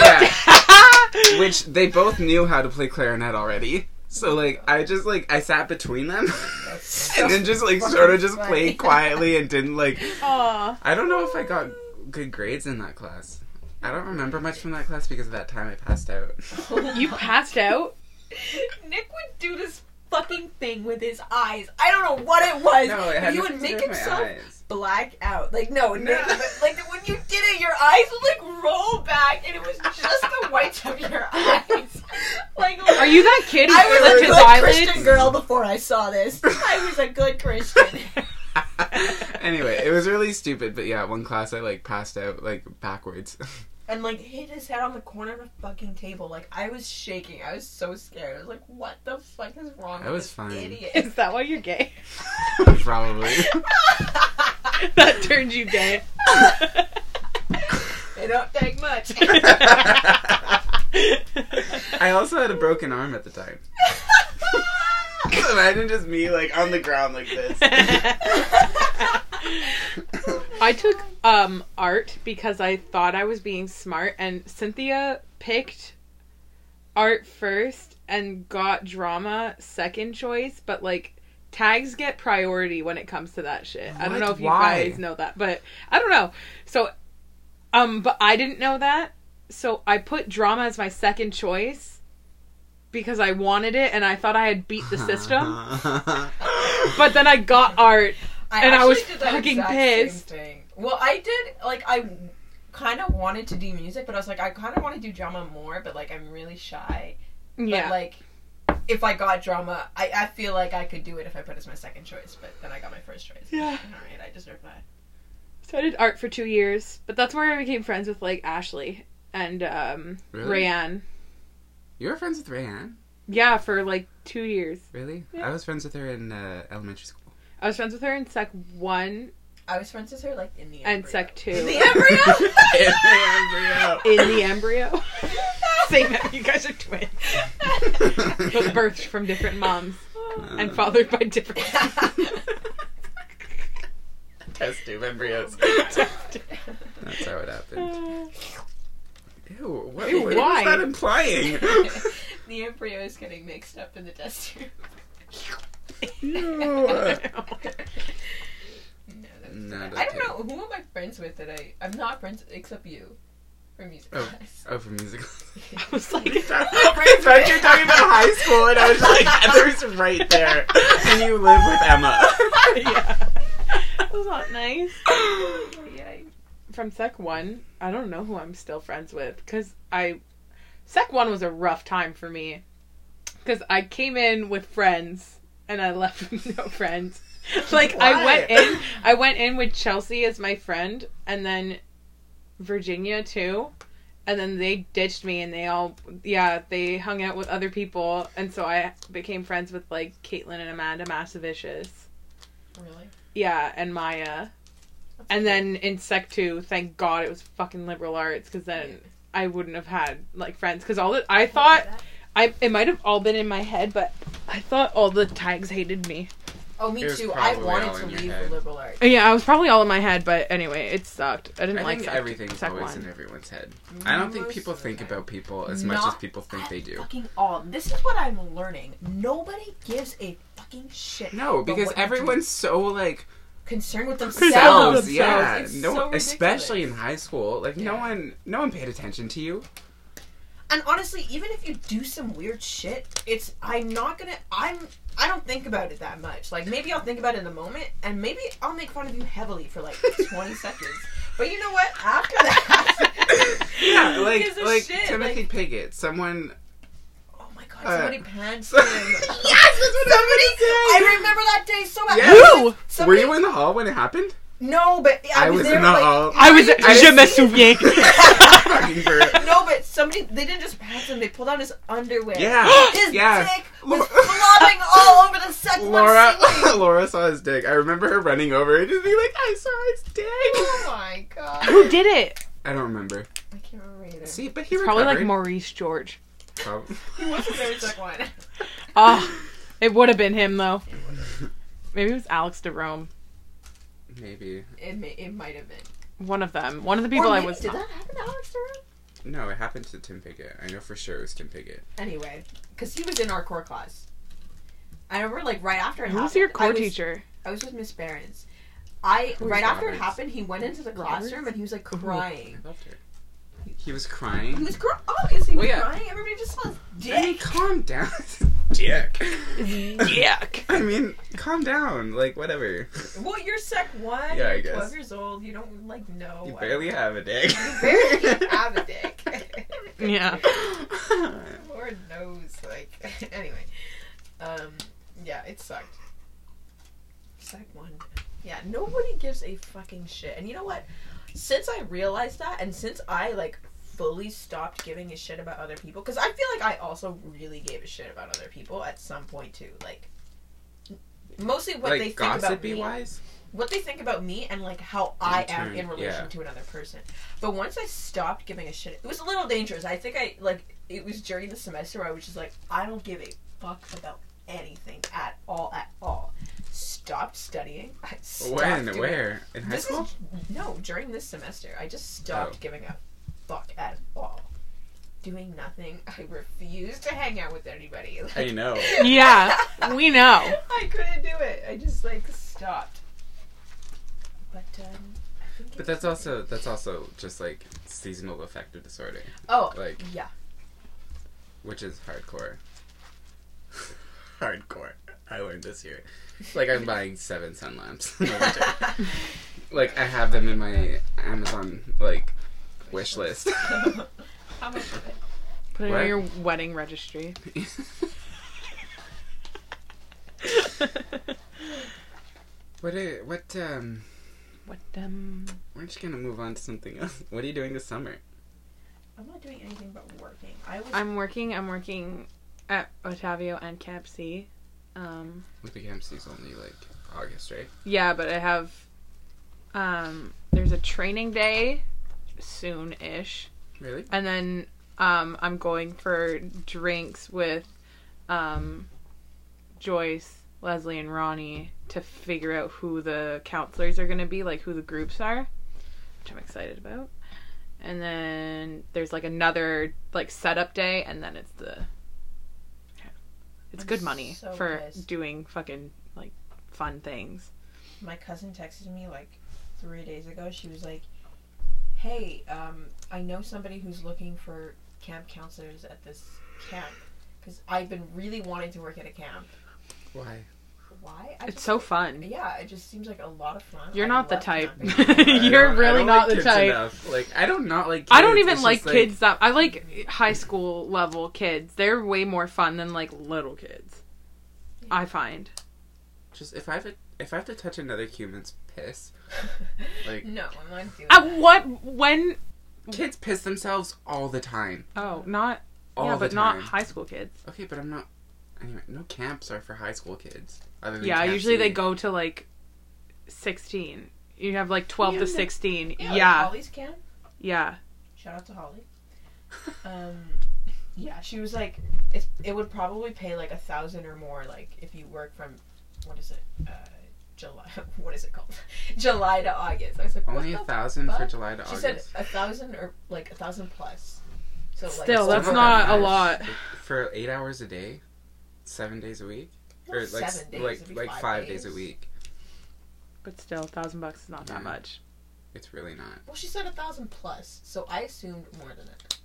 Speaker 2: Daddy Leo!
Speaker 1: Yeah, which they both knew how to play clarinet already. So like I just like I sat between them
Speaker 2: so
Speaker 1: and then just like sort of just
Speaker 2: funny.
Speaker 1: played quietly and didn't like
Speaker 3: Aw.
Speaker 1: I don't know if I got good grades in that class. I don't remember much from that class because of that time I passed out.
Speaker 3: You passed out?
Speaker 2: Nick would do this fucking thing with his eyes. I don't know what it was.
Speaker 1: No,
Speaker 2: but
Speaker 1: it had
Speaker 2: he
Speaker 1: nothing
Speaker 2: would
Speaker 1: to do
Speaker 2: make
Speaker 1: with my
Speaker 2: himself
Speaker 1: eyes.
Speaker 2: black out. Like no,
Speaker 1: No.
Speaker 2: Nick, like when you did it, your eyes would like roll back, and it was just the whites of your eyes. Like
Speaker 3: Are you that kid who
Speaker 2: I was a
Speaker 3: flipped his
Speaker 2: good Christian
Speaker 3: eyelids?
Speaker 2: girl before I saw this. I was a good Christian.
Speaker 1: anyway, it was really stupid, but yeah, one class I like passed out like backwards.
Speaker 2: and like hit his head on the corner of the fucking table. Like I was shaking. I was so scared. I was like, "What the fuck is wrong?"
Speaker 1: I
Speaker 2: with
Speaker 1: was
Speaker 2: this
Speaker 1: fine.
Speaker 2: Idiot.
Speaker 3: Is that why you're gay?
Speaker 1: Probably.
Speaker 3: that turned you gay.
Speaker 2: It don't take much.
Speaker 1: I also had a broken arm at the time. Imagine just me like on the ground like this.
Speaker 3: I took um art because I thought I was being smart and Cynthia picked art first and got drama second choice, but like tags get priority when it comes to that shit. I don't
Speaker 1: What?
Speaker 3: know if you
Speaker 1: Why?
Speaker 3: guys know that, but I don't know. So um but I didn't know that. So I put drama as my second choice because I wanted it and I thought I had beat the
Speaker 1: Uh-huh.
Speaker 3: system. but then I got art And I
Speaker 2: actually
Speaker 3: was
Speaker 2: did that
Speaker 3: fucking
Speaker 2: exact same
Speaker 3: pissed.
Speaker 2: thing. Well, I did like I kind of wanted to do music, but I was like, I kind of want to do drama more, but like I'm really shy.
Speaker 3: yeah.
Speaker 2: But like if I got drama, I, I feel like I could do it if I put it as my second choice, but then I got my first choice.
Speaker 3: Yeah.
Speaker 2: All right, I deserve that.
Speaker 3: So I did art for two years, but that's where I became friends with like Ashley and um
Speaker 1: Really?
Speaker 3: Rayanne.
Speaker 1: You were friends with Rayanne?
Speaker 3: Yeah, for like two years.
Speaker 1: Really?
Speaker 3: Yeah.
Speaker 1: I was friends with her in uh, elementary school.
Speaker 3: I was friends with her in sec one
Speaker 2: I was friends with her like in the
Speaker 3: and
Speaker 2: embryo.
Speaker 3: sec two.
Speaker 2: In the embryo.
Speaker 1: In the
Speaker 3: in the embryo. Same you guys are twins. But
Speaker 1: embryo.
Speaker 3: birthed from different moms and
Speaker 1: Uh,
Speaker 3: fathered by different
Speaker 1: Test tube embryos. That's how it happened. Ew, what,
Speaker 3: Ew,
Speaker 1: what
Speaker 3: why?
Speaker 1: was that implying?
Speaker 2: the embryo is getting mixed up in the test tube.
Speaker 1: Ew.
Speaker 2: No, that's
Speaker 1: No,
Speaker 2: bad.
Speaker 1: that's
Speaker 2: I don't know who am I friends with that I I'm not friends except you for music
Speaker 1: Oh.
Speaker 2: class.
Speaker 1: Oh, for music.
Speaker 3: I was like
Speaker 1: We thought you were talking about high school, and I was like, "Heather's right there," and you live with Emma.
Speaker 3: Yeah. That was not nice.
Speaker 2: Yay.
Speaker 3: from sec one, I don't know who I'm still friends with because I sec one was a rough time for me because I came in with friends and I left with no friends. Like I
Speaker 1: Why?
Speaker 3: went in, I went in with Chelsea as my friend, and then Virginia too, and then they ditched me, and they all yeah they hung out with other people, and so I became friends with like Caitlin and Amanda Massavicious,
Speaker 2: Really?
Speaker 3: yeah, and Maya. And then in sec two, thank God it was fucking liberal arts because then I wouldn't have had like friends because all the, I thought I it might have all been in my head, but I thought all the tags hated me.
Speaker 2: Oh, me
Speaker 1: It was
Speaker 2: too.
Speaker 1: probably
Speaker 2: I
Speaker 1: all
Speaker 2: wanted to
Speaker 1: in your
Speaker 2: leave
Speaker 1: head.
Speaker 2: the liberal arts.
Speaker 3: Yeah, I was probably all in my head, but anyway, it sucked. I didn't
Speaker 1: I
Speaker 3: like
Speaker 1: think
Speaker 3: sec,
Speaker 1: everything's
Speaker 3: sec
Speaker 1: always
Speaker 3: one.
Speaker 1: in everyone's head. I don't think
Speaker 2: Most
Speaker 1: people
Speaker 2: of the
Speaker 1: think
Speaker 2: time.
Speaker 1: about people as much as
Speaker 2: Not
Speaker 1: people think they do.
Speaker 2: Fucking all. This is what I'm learning. Nobody gives a fucking shit.
Speaker 1: No,
Speaker 2: about
Speaker 1: because
Speaker 2: what you do.
Speaker 1: everyone's so like
Speaker 2: concerned with themselves.
Speaker 1: selves.
Speaker 3: themselves.
Speaker 1: Yeah,
Speaker 2: It's
Speaker 1: no,
Speaker 2: so ridiculous.
Speaker 1: especially in high school, like no
Speaker 2: Yeah.
Speaker 1: one, no one paid attention to you.
Speaker 2: And honestly, even if you do some weird shit, it's I'm not gonna I'm I don't think about it that much. Like maybe I'll think about it in the moment and maybe I'll make fun of you heavily for like twenty seconds. But you know what? After that
Speaker 1: Yeah,
Speaker 2: who
Speaker 1: like
Speaker 2: gives a
Speaker 1: like
Speaker 2: shit?
Speaker 1: Timothy
Speaker 2: Like-
Speaker 1: Pickett, someone.
Speaker 2: Oh my god,
Speaker 1: Uh,
Speaker 2: somebody pants him.
Speaker 1: Yes,
Speaker 2: Somebody
Speaker 1: that's what somebody
Speaker 2: I remember that day so bad.
Speaker 1: Yeah.
Speaker 3: Who?
Speaker 1: Were
Speaker 2: Somebody,
Speaker 1: you in the hall when it happened?
Speaker 2: No, but I, was, there
Speaker 1: in the
Speaker 2: like,
Speaker 1: hall.
Speaker 3: I was.
Speaker 1: I
Speaker 3: Je me souviens.
Speaker 1: fucking burrito.
Speaker 2: No, but somebody they didn't just pass him; they pulled out his underwear.
Speaker 1: Yeah.
Speaker 2: his
Speaker 1: yeah.
Speaker 2: dick was flopping all over the set. when
Speaker 1: Laura,
Speaker 2: singing.
Speaker 1: Laura saw his dick. I remember her running over and just being like, "I saw his
Speaker 2: Oh
Speaker 1: dick."
Speaker 2: my god!
Speaker 3: Who did it?
Speaker 1: I don't remember.
Speaker 2: I can't remember either.
Speaker 1: See, but he
Speaker 3: Probably like
Speaker 1: recovered. Oh.
Speaker 3: Maurice George.
Speaker 1: Prob-
Speaker 2: he was the very sick one.
Speaker 3: Oh, it would have been him though. Maybe it was Alex DeRome.
Speaker 1: Maybe.
Speaker 2: It may, it might have been.
Speaker 3: One of them. One of the people
Speaker 2: Or
Speaker 3: I
Speaker 2: maybe-
Speaker 3: was.
Speaker 2: Did that happen to Alex Durham?
Speaker 1: No, it happened to Tim Pickett. I know for sure it was Tim Pickett.
Speaker 2: Anyway, because he was in our core class. I remember, like right after it
Speaker 3: Who
Speaker 2: happened.
Speaker 3: was your
Speaker 2: I
Speaker 3: core
Speaker 2: was-
Speaker 3: teacher?
Speaker 2: I was with Miss Barons. I
Speaker 1: Who's
Speaker 2: right after it
Speaker 1: Roberts?
Speaker 2: happened, he went into the classroom
Speaker 3: Roberts?
Speaker 2: and he was like crying.
Speaker 1: I loved her. He was
Speaker 2: He
Speaker 1: crying.
Speaker 2: was Oh, crying. Obviously, he
Speaker 1: Well,
Speaker 2: was
Speaker 1: yeah.
Speaker 2: crying. Everybody just was
Speaker 1: I mean,
Speaker 2: dick.
Speaker 1: calm down, dick.
Speaker 3: Yuck.
Speaker 1: I mean, calm down. Like whatever.
Speaker 2: Well, you're sec one.
Speaker 1: Yeah, I
Speaker 2: you're
Speaker 1: guess.
Speaker 2: 12 years old. You don't like know.
Speaker 1: You
Speaker 2: what-
Speaker 1: barely have a dick.
Speaker 2: You barely have a dick.
Speaker 3: Yeah.
Speaker 2: Lord knows. Like anyway, um, yeah, it sucked. Sec one. Yeah, nobody gives a fucking shit. And you know what? Since I realized that, and since I like fully stopped giving a shit about other people, because I feel like I also really gave a shit about other people at some point too. Like mostly what they
Speaker 1: like
Speaker 2: think about
Speaker 1: gossipy
Speaker 2: me
Speaker 1: wise.
Speaker 2: what they think about me and like how I am
Speaker 1: turn,
Speaker 2: in relation
Speaker 1: yeah.
Speaker 2: to another person. But once I stopped giving a shit, it was a little dangerous. I think I like it was during the semester where I was just like, I don't give a fuck about anything at all, at all. Stopped studying. I stopped
Speaker 1: When?
Speaker 2: doing-
Speaker 1: Where? In high
Speaker 2: This
Speaker 1: school?
Speaker 2: is no during this semester. I just stopped
Speaker 1: Oh.
Speaker 2: giving a fuck at all. Doing nothing. I refused to hang out with anybody.
Speaker 1: I know.
Speaker 3: Yeah, we know.
Speaker 2: I couldn't do it. I just like stopped. But um, I think.
Speaker 1: But
Speaker 2: it's-
Speaker 1: that's also that's also just like seasonal affective disorder,
Speaker 2: oh
Speaker 1: like
Speaker 2: yeah.
Speaker 1: which is hardcore. hardcore. I learned this year. Like I'm buying seven sun lamps. in the winter. like I have them in my Amazon like wish list.
Speaker 2: How much of it?
Speaker 3: Put it
Speaker 1: What?
Speaker 3: on your wedding registry.
Speaker 1: what? Are, what? Um.
Speaker 3: what um
Speaker 1: We're just gonna move on to something else. What are you doing this summer?
Speaker 2: I'm not doing anything but working. I was.
Speaker 3: I'm working I'm working at Otavio and Cap C. Um
Speaker 1: With the is only like August, right?
Speaker 3: yeah, but I have um there's a training day soon ish.
Speaker 1: Really?
Speaker 3: And then um I'm going for drinks with um Joyce, Leslie and Ronnie to figure out who the counselors are gonna be, like who the groups are. Which I'm excited about. And then there's like another like setup day and then it's the it's
Speaker 2: I'm
Speaker 3: good money
Speaker 2: so
Speaker 3: for
Speaker 2: pissed.
Speaker 3: doing fucking like fun things.
Speaker 2: my cousin texted me like three days ago. She was like, "Hey, um, I know somebody who's looking for camp counselors at this camp because I've been really wanting to work at a camp.
Speaker 1: Why?
Speaker 2: Why? I
Speaker 3: It's
Speaker 2: just-
Speaker 3: so fun.
Speaker 2: Yeah, it just seems like a lot of fun.
Speaker 3: You're
Speaker 2: I
Speaker 3: not the
Speaker 2: love
Speaker 3: type.
Speaker 2: camping.
Speaker 1: I
Speaker 3: You're
Speaker 1: don't- I
Speaker 3: really
Speaker 1: don't like
Speaker 3: not the
Speaker 1: kids
Speaker 3: type.
Speaker 1: Enough. Like I don't not like. Kids.
Speaker 3: I don't even
Speaker 1: It's
Speaker 3: like
Speaker 1: just,
Speaker 3: kids that I like high school level kids. They're way more fun than like little kids. I find.
Speaker 1: Just if I have to, if I have to touch another human's piss, like
Speaker 2: No, I'm not doing
Speaker 3: At
Speaker 2: that.
Speaker 3: what when
Speaker 1: kids piss themselves all the time.
Speaker 3: Oh, not
Speaker 1: All
Speaker 3: yeah,
Speaker 1: the
Speaker 3: but
Speaker 1: time.
Speaker 3: not high school kids.
Speaker 1: Okay, but I'm not. Anyway, no camps are for high school kids. Other than
Speaker 3: Yeah,
Speaker 1: Camp
Speaker 3: usually
Speaker 1: C.
Speaker 3: they go to like 16. You have like 12
Speaker 1: Yeah,
Speaker 3: to
Speaker 1: but-
Speaker 3: 16. Yeah.
Speaker 2: like
Speaker 3: Yeah.
Speaker 2: Holly's camp. Shout out to Holly. Um, yeah, she was like, it's, it would probably pay like a thousand or more, like if you work from, what is it, uh, July? What is it called? July to August. I was like,
Speaker 1: Only a
Speaker 2: what the
Speaker 1: thousand for
Speaker 2: fuck?
Speaker 1: July to
Speaker 2: She
Speaker 1: August.
Speaker 2: said a thousand or like a thousand plus. So like,
Speaker 3: Still,
Speaker 1: Still
Speaker 3: that's
Speaker 1: that
Speaker 3: not a
Speaker 1: much.
Speaker 3: lot.
Speaker 1: Like, for eight hours a day, seven days a week, or like
Speaker 2: seven
Speaker 1: s-
Speaker 2: days,
Speaker 1: like
Speaker 2: it'd be
Speaker 1: like
Speaker 2: five
Speaker 1: five, days.
Speaker 2: days.
Speaker 1: a week.
Speaker 3: But still, 1000 bucks is not that
Speaker 1: Yeah.
Speaker 3: much.
Speaker 1: It's really not.
Speaker 2: Well, she said a thousand plus, so I assumed more than that.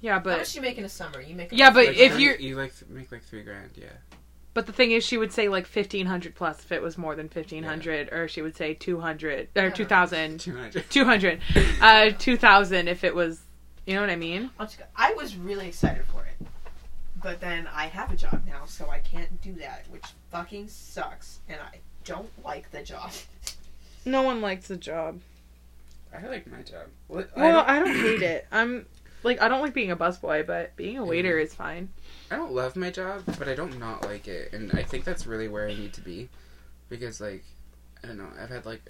Speaker 3: Yeah,
Speaker 2: How much
Speaker 3: but
Speaker 2: do you make in a summer? You make.
Speaker 3: Yeah, but
Speaker 1: Like,
Speaker 3: if
Speaker 1: three-
Speaker 3: you're-
Speaker 1: you like th- make like three grand, yeah.
Speaker 3: but the thing is she would say like 1500 plus if it was more than 1500 or she would say 200 or
Speaker 2: Yeah.
Speaker 3: 2000
Speaker 1: Two hundred.
Speaker 3: 200 uh 2000 if it was you know what I mean?
Speaker 2: I'll just go- I was really excited for it. But then I have a job now, so I can't do that, which fucking sucks. And I don't like the job.
Speaker 3: No one likes the job.
Speaker 1: I like my job. Well,
Speaker 3: Well, I don't hate it. I'm like I don't like being a busboy, but being a waiter is fine.
Speaker 1: I don't love my job, but I don't not like it, and I think that's really where I need to be, because like, I don't know, I've had like,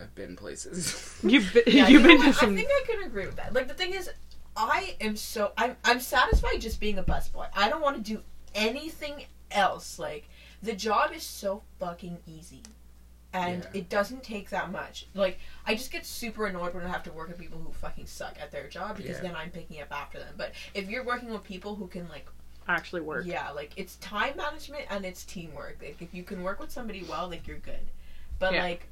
Speaker 1: I've been places.
Speaker 3: You've been,
Speaker 2: Yeah,
Speaker 3: you've
Speaker 2: you know
Speaker 3: been
Speaker 2: what?
Speaker 3: to some.
Speaker 2: I think I can agree with that. Like the thing is, I am so I'm I'm satisfied just being a busboy. I don't want to do anything else. Like the job is so fucking easy, and
Speaker 1: Yeah.
Speaker 2: it doesn't take that much. Like I just get super annoyed when I have to work with people who fucking suck at their job because
Speaker 1: Yeah.
Speaker 2: then I'm picking up after them. But if you're working with people who can like
Speaker 3: actually work.
Speaker 2: yeah, like it's time management and it's teamwork. Like if you can work with somebody well, like you're good. But
Speaker 3: Yeah.
Speaker 2: like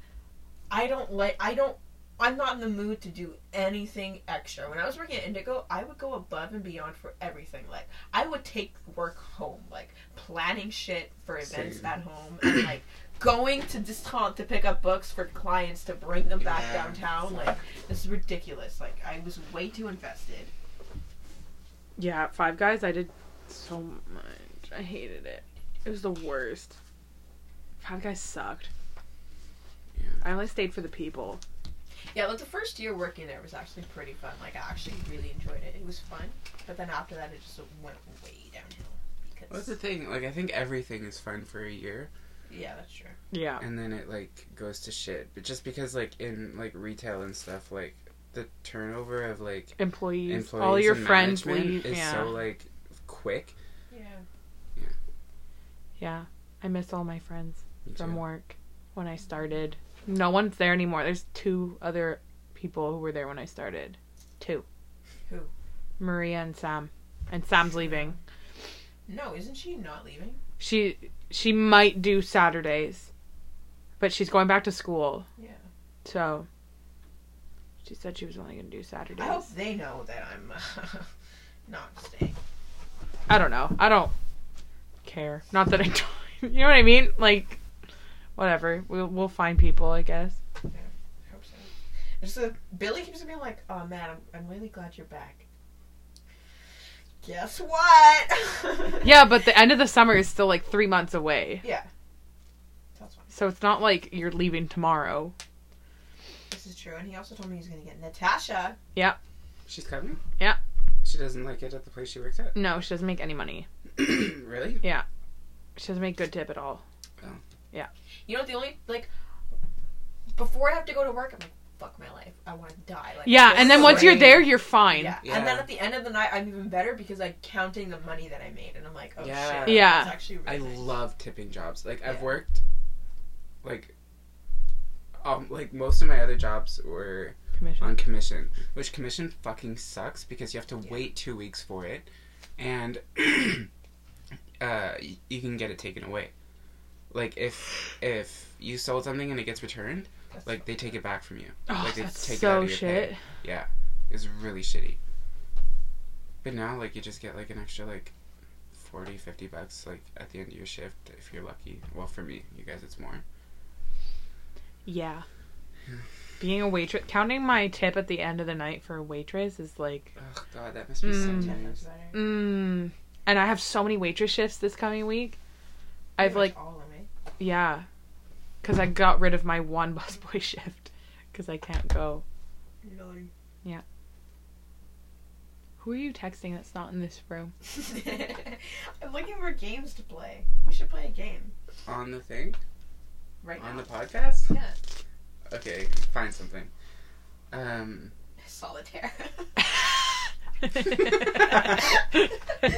Speaker 2: I don't like I don't I'm not in the mood to do anything extra. When I was working at Indigo, I would go above and beyond for everything. Like I would take work home, like planning shit for events
Speaker 1: Same.
Speaker 2: at home and like going to Discount to pick up books for clients to bring them back
Speaker 1: Yeah.
Speaker 2: downtown. Like this is ridiculous. Like I was way too invested.
Speaker 3: Yeah, at Five Guys, I did so much. I hated it. It was the worst. Five Guys sucked.
Speaker 1: Yeah.
Speaker 3: I only stayed for the people.
Speaker 2: Yeah, like the first year working there was actually pretty fun. Like I actually really enjoyed it. It was fun, but then after that, it just went way downhill
Speaker 1: Well,
Speaker 2: because
Speaker 1: that's the thing. Like, I think everything is fun for a year,
Speaker 2: yeah, that's true.
Speaker 3: Yeah.
Speaker 1: and then it like goes to shit. But just because like in like retail and stuff, like the turnover of like
Speaker 3: Employees,
Speaker 1: employees,
Speaker 3: all your
Speaker 1: and
Speaker 3: friends
Speaker 1: management
Speaker 3: leave.
Speaker 1: is
Speaker 3: Yeah.
Speaker 1: so like quick.
Speaker 2: Yeah,
Speaker 3: yeah. I miss all my friends
Speaker 1: Me
Speaker 3: from
Speaker 1: too.
Speaker 3: work when I started. No one's there anymore. There's two other people who were there when I started. Two.
Speaker 2: Who?
Speaker 3: Maria and Sam. And Sam's leaving.
Speaker 2: no, isn't she not leaving?
Speaker 3: She she might do Saturdays, but she's going back to school.
Speaker 2: Yeah,
Speaker 3: So she said she was only going to do Saturdays.
Speaker 2: I hope they know that I'm uh, not staying.
Speaker 3: I don't know. I don't care. Not that I don't. You know what I mean? Like whatever. We'll we'll find people, I guess.
Speaker 2: I hope so. It's Just, uh, Billy keeps being like, "Oh man, I'm, I'm really glad you're back." Guess what?
Speaker 3: Yeah, but the end of the summer is still like 3 months away.
Speaker 2: yeah. That's fine.
Speaker 3: So it's not like you're leaving tomorrow.
Speaker 2: This is true, and he also told me he's gonna get Natasha.
Speaker 1: She's coming.
Speaker 3: Yeah.
Speaker 1: She doesn't like it at the place she works at.
Speaker 3: No, she doesn't make any money.
Speaker 1: really?
Speaker 3: She doesn't make good tip at all.
Speaker 2: You know, the only like before I have to go to work, I'm like, fuck my life. I want to die. Like,
Speaker 3: Yeah,
Speaker 2: this
Speaker 3: and then
Speaker 2: is
Speaker 3: once you're
Speaker 2: great.
Speaker 3: there, you're fine.
Speaker 2: yeah.
Speaker 1: Yeah.
Speaker 2: and then at the end of the night, I'm even better because I'm counting the money that I made, and I'm like, oh
Speaker 1: Yeah.
Speaker 2: shit,
Speaker 3: Yeah.
Speaker 2: that's actually really
Speaker 1: I
Speaker 2: nice.
Speaker 1: love tipping jobs. Like I've
Speaker 2: Yeah.
Speaker 1: worked, like, um, like most of my other jobs were
Speaker 3: Commission.
Speaker 1: on commission, which commission fucking sucks because you have to
Speaker 2: Yeah.
Speaker 1: wait two weeks for it, and uh, y- you can get it taken away. Like if if you sold something and it gets returned,
Speaker 2: That's
Speaker 1: like they take it back from you.
Speaker 3: Oh,
Speaker 1: like they
Speaker 3: that's
Speaker 1: take it out
Speaker 3: so
Speaker 1: of your
Speaker 3: shit.
Speaker 1: pay. Yeah, it's really shitty. But now, like you just get like an extra like 40, 50 bucks like at the end of your shift if you're lucky. Well, for me, you guys, it's more.
Speaker 3: Yeah. Being a waitress, counting my tip at the end of the night for a waitress is like,
Speaker 1: Oh God, that must be
Speaker 3: Mm.
Speaker 1: so
Speaker 2: Ten
Speaker 1: nice.
Speaker 2: times better.
Speaker 3: mm. And I have so many waitress shifts this coming week.
Speaker 2: Pretty
Speaker 3: I've
Speaker 2: much
Speaker 3: like,
Speaker 2: all of me.
Speaker 3: yeah, because I got rid of my one busboy shift because I can't go.
Speaker 2: Lol.
Speaker 3: Who are you texting that's not in this room?
Speaker 2: I'm looking for games to play. We should play a game
Speaker 1: On the thing,
Speaker 2: right
Speaker 1: on
Speaker 2: now.
Speaker 1: the podcast.
Speaker 2: yeah,
Speaker 1: Okay, find something. Um,
Speaker 2: solitaire.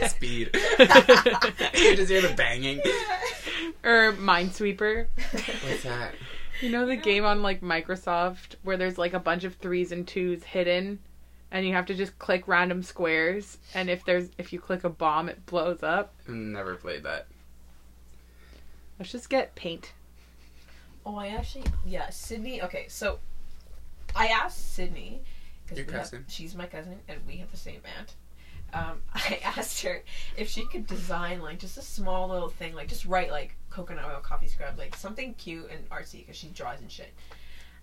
Speaker 1: speed. you
Speaker 3: or
Speaker 1: just hear the banging.
Speaker 3: Minesweeper.
Speaker 1: What's that?
Speaker 3: You know the game on like Microsoft where there's like a bunch of threes and twos hidden and you have to just click random squares and if there's if you click a bomb it blows up.
Speaker 1: I've Never played that.
Speaker 3: Let's just get paint.
Speaker 2: Oh, I actually, yeah, Sydney. Okay, so I asked Sydney
Speaker 1: Your
Speaker 2: we have-
Speaker 1: cousin.
Speaker 2: she's my cousin, and we have the same aunt. Um, I asked her if she could design like just a small little thing, like just write like coconut oil coffee scrub, like something cute and artsy because she draws and shit.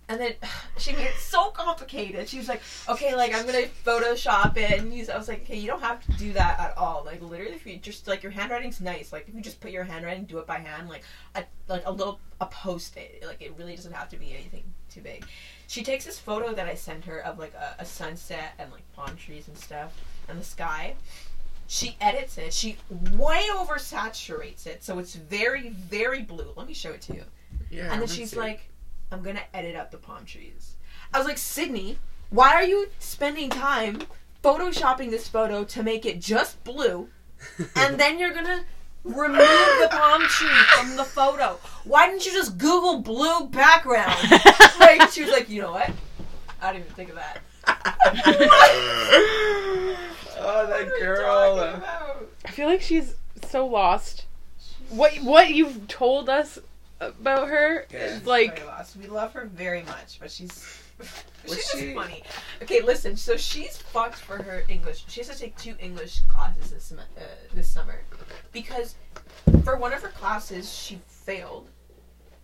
Speaker 2: And then she made it so complicated. She was like, okay, like I'm gonna Photoshop it and use. I was like, okay, you don't have to do that at all. Like literally, if you just like your handwriting's nice. Like if you just put your handwriting, do it by hand. Like a like a little a post it. Like it really doesn't have to be anything too big. She takes this photo that I sent her of like a, a sunset and like palm trees and stuff and the sky. She edits it. She way oversaturates it, so it's very very blue. Let me show it to you.
Speaker 1: Yeah.
Speaker 2: And then
Speaker 1: let's
Speaker 2: she's
Speaker 1: see.
Speaker 2: like, I'm gonna edit out the palm trees. I was like, Sydney, why are you spending time photoshopping this photo to make it just blue and then you're gonna remove the palm tree from the photo? Why didn't you just Google blue background? like she was like, you know what? I didn't even think of that.
Speaker 1: oh, that
Speaker 2: What are you talking
Speaker 1: girl.
Speaker 2: about?
Speaker 3: I feel like she's so lost. What what you've told us about her
Speaker 1: Yeah.
Speaker 3: is like
Speaker 2: Very lost. we love her very much, but she's
Speaker 1: Was
Speaker 2: she's
Speaker 1: she-
Speaker 2: just funny. Okay, listen. So she's fucked for her English. She has to take two English classes this sem- uh, this summer because for one of her classes she failed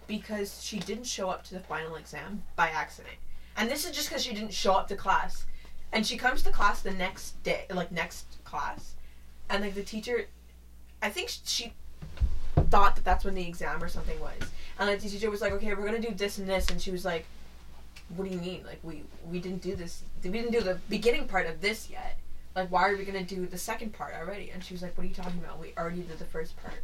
Speaker 2: because she didn't show up to the final exam by accident, and this is just because she didn't show up to class. And she comes to class the next day, like next class, and like the teacher, I think sh- she thought that that's when the exam or something was. And like, the teacher was like, "Okay, we're gonna do this and this," and she was like, "What do you mean? Like we we didn't do this. We didn't do the beginning part of this yet. Like why are we gonna do the second part already?" And she was like, "What are you talking about? We already did the first part."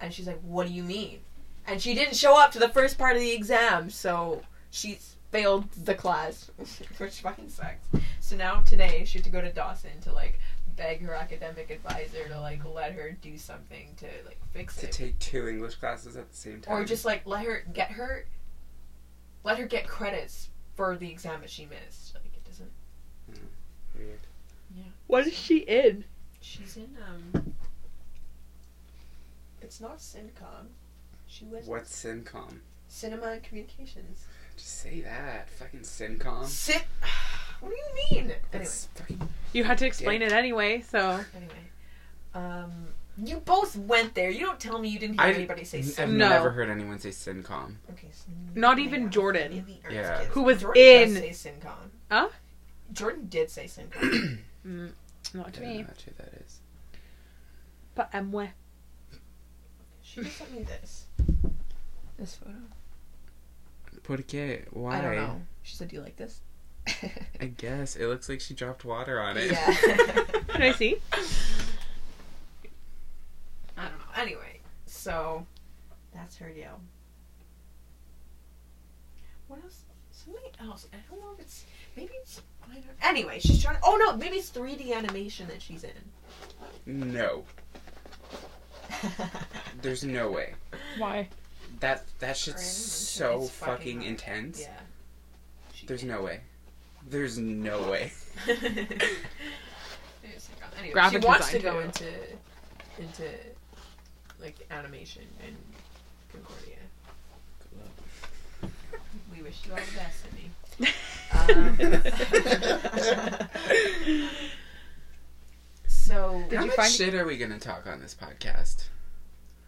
Speaker 2: And she's like, "What do you mean?" And she didn't show up to the first part of the exam, so she's failed the class, which fucking sucks. So now today she had to go to Dawson to like beg her academic advisor to like let her do something to like fix
Speaker 1: To
Speaker 2: it
Speaker 1: take two English classes at the same time.
Speaker 2: or just like let her get her let her get credits for the exam that she missed like it doesn't
Speaker 1: Weird.
Speaker 3: what is she in?
Speaker 2: she's in um it's not syncom she was
Speaker 1: What's Syncom?
Speaker 2: cinema and communications
Speaker 1: Just say that. Fucking Syncom.
Speaker 2: sit what do you mean anyway
Speaker 1: That's fucking.
Speaker 3: You had to explain it anyway, so
Speaker 2: anyway um you both went there you don't tell me you didn't hear
Speaker 1: I-
Speaker 2: anybody say
Speaker 1: I've
Speaker 2: sin-
Speaker 3: No.
Speaker 1: never heard anyone say Syncom.
Speaker 2: okay so
Speaker 3: Not even
Speaker 2: yeah,
Speaker 3: Jordan.
Speaker 2: in the arts
Speaker 1: Yeah.
Speaker 2: kids.
Speaker 3: Who was
Speaker 2: Jordan
Speaker 3: in-
Speaker 2: does say syncom
Speaker 3: Huh?
Speaker 2: jordan did say syncom
Speaker 3: mm, not to
Speaker 1: Don't know
Speaker 3: me.
Speaker 1: what that is.
Speaker 3: But Emwe.
Speaker 2: She just sent me this. This photo.
Speaker 1: Por qué? Why?
Speaker 2: I don't know. She said, "Do you like this?"
Speaker 1: I guess it looks like she dropped water on it.
Speaker 2: yeah.
Speaker 3: Can I see?
Speaker 2: I don't know. Anyway, so that's her deal. What else? Something else. I don't know if it's maybe it's. I don't, anyway, she's trying. Oh no, maybe it's 3D animation that she's in.
Speaker 1: No, there's no way.
Speaker 3: Why?
Speaker 1: That that shit's
Speaker 2: Cringe and
Speaker 1: so
Speaker 2: it's fucking
Speaker 1: fucking
Speaker 2: hot.
Speaker 1: intense.
Speaker 2: yeah. She
Speaker 1: There's
Speaker 2: is.
Speaker 1: no way. There's no way.
Speaker 2: It's like, anyway,
Speaker 3: Graphic
Speaker 2: she wants to
Speaker 3: design,
Speaker 2: go
Speaker 3: too.
Speaker 2: into into like animation and Concordia. We wish you all the best, Cindy. Um, so
Speaker 3: Did
Speaker 1: How
Speaker 3: you
Speaker 1: much
Speaker 3: find-
Speaker 1: shit are we gonna talk on this podcast?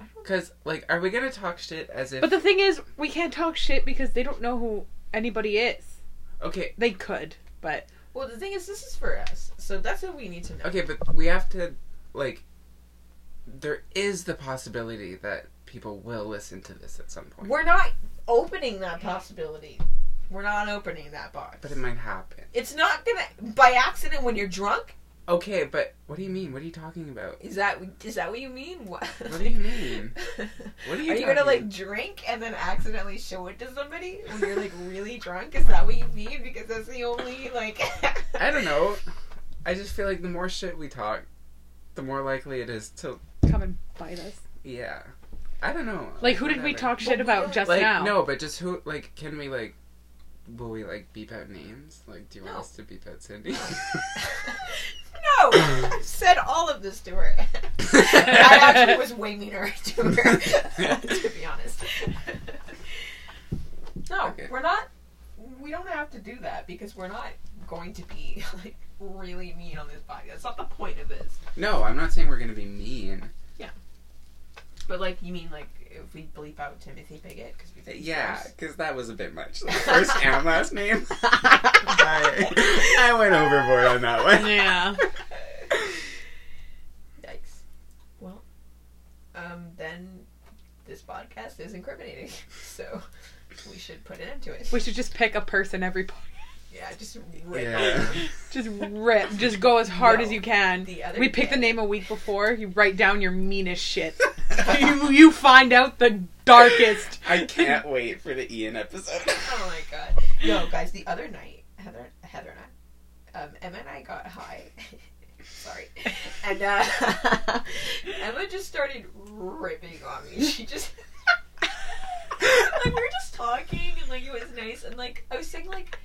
Speaker 2: I don't-
Speaker 1: Cause like, are we gonna talk shit as if
Speaker 3: But the thing is, we can't talk shit because they don't know who anybody is.
Speaker 1: okay,
Speaker 3: They could, but
Speaker 2: well, the thing is, this is for us, so that's what we need to know.
Speaker 1: okay, but we have to like. There is the possibility that people will listen to this at some point,
Speaker 2: We're not opening that possibility. We're not opening that box.
Speaker 1: but it might happen.
Speaker 2: It's not gonna by accident when you're drunk.
Speaker 1: Okay, but what do you mean? What are you talking about?
Speaker 2: Is that is that what you mean? What,
Speaker 1: What do you mean? What are you
Speaker 2: Are you gonna
Speaker 1: talking-
Speaker 2: like drink and then accidentally show it to somebody when you're like really drunk? Is that what you mean? Because that's the only like.
Speaker 1: I don't know. I just feel like the more shit we talk, the more likely it is to.
Speaker 3: come and bite us.
Speaker 1: Yeah, I don't know.
Speaker 3: Like, who did we
Speaker 1: whatever.
Speaker 3: talk
Speaker 2: But
Speaker 3: shit
Speaker 2: we
Speaker 3: about
Speaker 2: don't-
Speaker 3: just
Speaker 1: Like
Speaker 3: now?
Speaker 1: no, but just who? Like, can we like? Will we like beep out names? Like, do you want
Speaker 2: No.
Speaker 1: us to beep out Cindy?
Speaker 2: No, I've said all of this to her. I actually was way meaner to her, to be honest. No,
Speaker 1: Okay.
Speaker 2: we're not. We don't have to do that because we're not going to be like really mean on this podcast. That's not the point of this.
Speaker 1: no, I'm not saying we're gonna be mean.
Speaker 2: But like, you mean like if we bleep out Timothy Bigot because we think he's
Speaker 1: Yeah,
Speaker 2: gross.
Speaker 1: because that was a bit much. First and last name. I, I went overboard on that one.
Speaker 3: Yeah.
Speaker 2: Yikes. Well, um, then this podcast is incriminating, so we should put an end to it.
Speaker 3: We should just pick a person every po-
Speaker 2: yeah, just rip.
Speaker 1: Yeah.
Speaker 3: just rip, just go as hard
Speaker 2: No.
Speaker 3: as you can.
Speaker 2: The other
Speaker 3: We pick the
Speaker 2: day-
Speaker 3: name a week before. You write down your meanest shit. you, you find out the darkest.
Speaker 1: I can't wait for the Ian episode.
Speaker 2: Oh my god. No, guys, the other night, Heather, Heather and I, um, Emma and I got high. Sorry. And uh, Emma just started ripping on me. She just. like, we were just talking, and, like, it was nice. And, like, I was saying, like,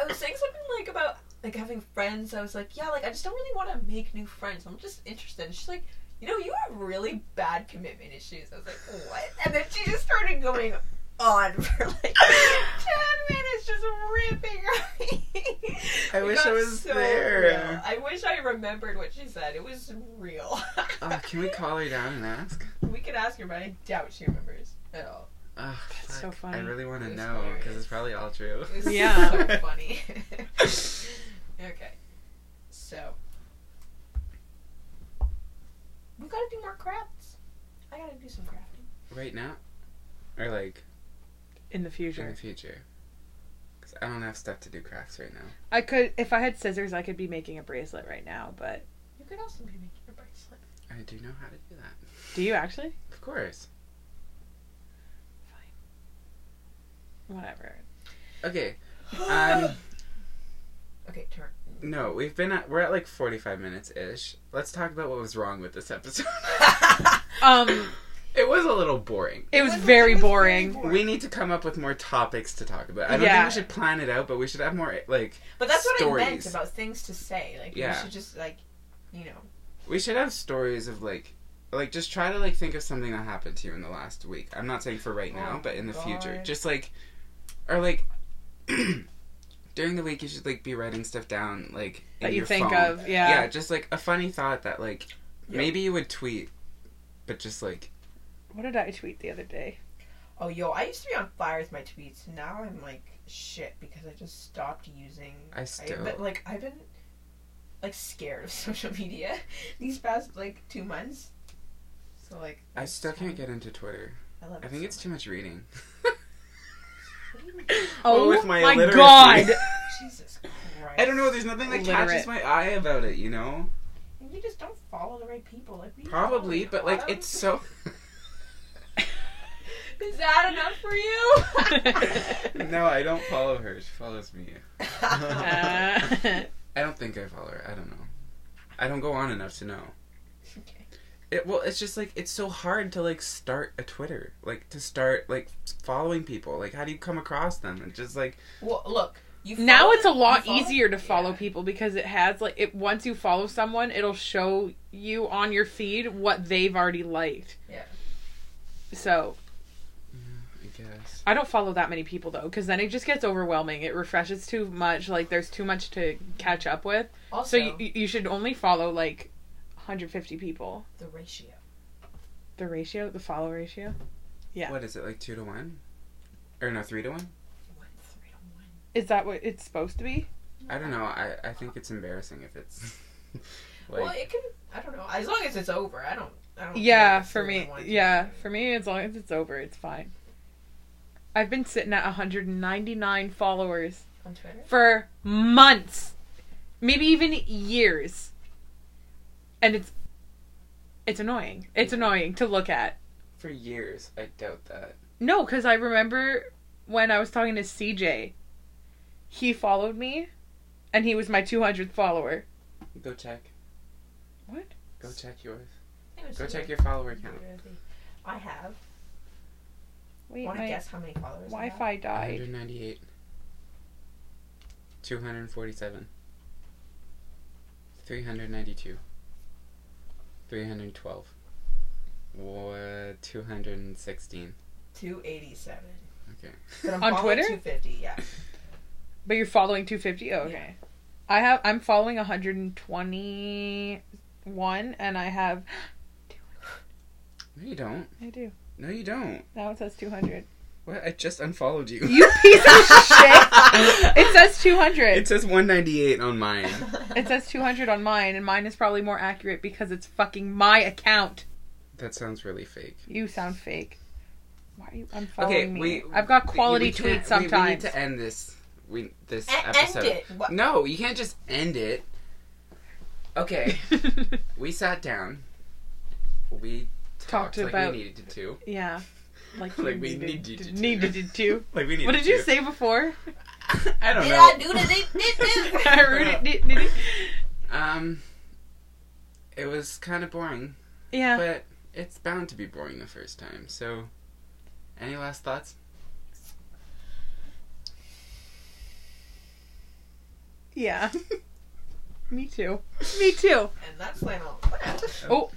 Speaker 2: I was saying something, like, about, like, having friends. I was like, yeah, like, I just don't really want to make new friends. I'm just interested. And she's like, you know, you have really bad commitment issues. I was like, what? And then she just started going on for like 10 minutes just ripping her.
Speaker 1: I
Speaker 2: It
Speaker 1: wish
Speaker 2: got
Speaker 1: I was
Speaker 2: so
Speaker 1: there.
Speaker 2: real. I wish I remembered what she said. It was real.
Speaker 1: Oh, can we call her down and ask?
Speaker 2: We could ask her, but I doubt she remembers at all.
Speaker 1: Oh,
Speaker 3: That's so
Speaker 1: fuck.
Speaker 3: funny.
Speaker 1: I really want to
Speaker 2: It's
Speaker 1: know because
Speaker 2: hilarious.
Speaker 1: it's probably all true.
Speaker 2: It was
Speaker 3: Yeah.
Speaker 2: so funny. okay. So. We gotta do more crafts. I gotta do some crafting.
Speaker 1: right now, or like
Speaker 3: In
Speaker 1: in
Speaker 3: the
Speaker 1: the
Speaker 3: future,
Speaker 1: future, because I don't have stuff to do crafts right now.
Speaker 3: I could, if I had scissors, I could be making a bracelet right now. But
Speaker 2: You could also be making a bracelet.
Speaker 1: I do know how to do that,
Speaker 3: do you actually?
Speaker 1: of course.
Speaker 3: Whatever.
Speaker 1: Okay, um,
Speaker 2: okay, turn.
Speaker 1: no, we've been at we're at like forty five minutes ish. Let's talk about what was wrong with this episode.
Speaker 3: Um,
Speaker 1: it was a little boring.
Speaker 3: it was very boring.
Speaker 1: We need to come up with more topics to talk about. I don't
Speaker 3: Yeah.
Speaker 1: think we should plan it out, but we should have more like
Speaker 2: But that's what I meant
Speaker 1: stories.
Speaker 2: about things to say. Like you
Speaker 1: Yeah.
Speaker 2: should just like, you know,
Speaker 1: We should have stories of like, like just try to like think of something that happened to you in the last week. I'm not saying for right now,
Speaker 2: Oh,
Speaker 1: but in the future,
Speaker 2: God.
Speaker 1: just like, or like, during the week you should like be writing stuff down like in
Speaker 3: That you
Speaker 1: your
Speaker 3: think
Speaker 1: phone.
Speaker 3: of, yeah.
Speaker 1: yeah, just like a funny thought that like
Speaker 2: Yeah.
Speaker 1: maybe you would tweet, but just like
Speaker 3: What did I tweet the other day?
Speaker 2: oh yo, I used to be on fire with my tweets. Now I'm like shit because I just stopped using.
Speaker 1: I still-
Speaker 2: but like I've been like scared of social media these past like two monsts. So like
Speaker 1: I
Speaker 2: it's
Speaker 1: still can't
Speaker 2: fine.
Speaker 1: get into Twitter.
Speaker 2: I love.
Speaker 1: I
Speaker 2: it
Speaker 1: think
Speaker 2: so
Speaker 1: it's too much reading.
Speaker 2: much.
Speaker 3: Oh,
Speaker 1: with my
Speaker 3: my
Speaker 1: illiteracy.
Speaker 3: god!
Speaker 2: Jesus Christ!
Speaker 1: I don't know. There's nothing that
Speaker 3: Illiterate.
Speaker 1: catches my eye about it. You know,
Speaker 2: And you just don't follow the right people. Like we
Speaker 1: probably,
Speaker 2: follow
Speaker 1: but like
Speaker 2: Autumn.
Speaker 1: it's so.
Speaker 2: Is that enough for you?
Speaker 1: No, I don't follow her. She follows me.
Speaker 3: Uh,
Speaker 1: I don't think I follow her. I don't know. I don't go on enough to know.
Speaker 2: Okay.
Speaker 1: It well, it's just like it's so hard to like start a Twitter, like to start like following people. Like how do you come across them? And just like
Speaker 2: Well, look. You
Speaker 3: now
Speaker 2: follow
Speaker 3: it's a
Speaker 2: the-
Speaker 3: lot
Speaker 2: you follow-
Speaker 3: easier to follow
Speaker 2: Yeah.
Speaker 3: people because it has like it once you follow someone it'll show you on your feed what they've already liked
Speaker 2: Yeah.
Speaker 3: so
Speaker 1: I guess
Speaker 3: i don't follow that many people though because then it just gets overwhelming it refreshes too much like there's too much to catch up with so
Speaker 2: Also,
Speaker 3: you, you should only follow like 150 people
Speaker 2: the ratio.
Speaker 3: the ratio the follow ratio Yeah.
Speaker 1: what is it like two to one, or no three to one?
Speaker 2: One, three to one.
Speaker 3: is that what it's supposed to be
Speaker 1: I don't know. I I think it's embarrassing if it's like
Speaker 2: well, it can. I don't know. As long as it's over, I don't. I don't. care
Speaker 3: yeah
Speaker 2: if it's
Speaker 3: for
Speaker 2: three
Speaker 3: me
Speaker 2: to one.
Speaker 3: yeah for me as long as it's over it's fine i've been sitting at 199 followers
Speaker 2: On Twitter.
Speaker 3: for months, maybe even years. And it's it's annoying. It's annoying to look at.
Speaker 1: for years. I doubt that.
Speaker 3: No, cuz I remember when I was talking to CJ, he followed me and he was my 200th follower.
Speaker 1: Go check.
Speaker 3: What?
Speaker 1: Go check yours.
Speaker 2: I think it was
Speaker 1: Go
Speaker 2: Twitter.
Speaker 1: check your follower count.
Speaker 2: I have.
Speaker 3: Wait,
Speaker 2: Want to
Speaker 3: my
Speaker 2: guess how many followers? I have?
Speaker 3: Wi-Fi died.
Speaker 1: 198. 247. 392. 312. What? 216.
Speaker 2: 287.
Speaker 1: Okay.
Speaker 2: But I'm
Speaker 3: On
Speaker 2: following
Speaker 3: Twitter?
Speaker 2: 250. Yeah.
Speaker 3: But you're following 250? Oh, okay. I have I'm following 121 and I have
Speaker 1: No, you don't.
Speaker 3: I do.
Speaker 1: No, you don't.
Speaker 3: Now it says 200.
Speaker 1: What? I just unfollowed you.
Speaker 3: You piece of shit! It says 200.
Speaker 1: It says 198 on mine.
Speaker 3: it says 200 on mine, and mine is probably more accurate because it's fucking my account.
Speaker 1: That sounds really fake.
Speaker 3: You sound fake. Why are you unfollowing
Speaker 1: Okay,
Speaker 3: me?
Speaker 1: we.
Speaker 3: I've got
Speaker 1: we-
Speaker 3: quality
Speaker 1: we can't-
Speaker 3: tweets
Speaker 1: we- We, need
Speaker 3: sometimes.
Speaker 1: to end this. We this
Speaker 2: E- end
Speaker 1: episode.
Speaker 2: it. Wha-
Speaker 1: No, you can't just end it. Okay, we sat down. We talked,
Speaker 3: Talked
Speaker 1: like
Speaker 3: about-
Speaker 1: we needed to.
Speaker 3: yeah. Like,
Speaker 1: Like,
Speaker 3: you
Speaker 1: we
Speaker 3: needed,
Speaker 1: needed to.
Speaker 3: needed to.
Speaker 1: Like we needed.
Speaker 3: What did you say before?
Speaker 1: say? I don't
Speaker 2: Did
Speaker 1: know.
Speaker 2: I do this? Did- did this?
Speaker 3: I ruined it. Did, did it.
Speaker 1: Um, it was kind of boring,
Speaker 3: Yeah.
Speaker 1: but it's bound to be boring the first time. So, any last thoughts?
Speaker 3: yeah. me too. Me too.
Speaker 2: And that's when I'll.
Speaker 3: Oh,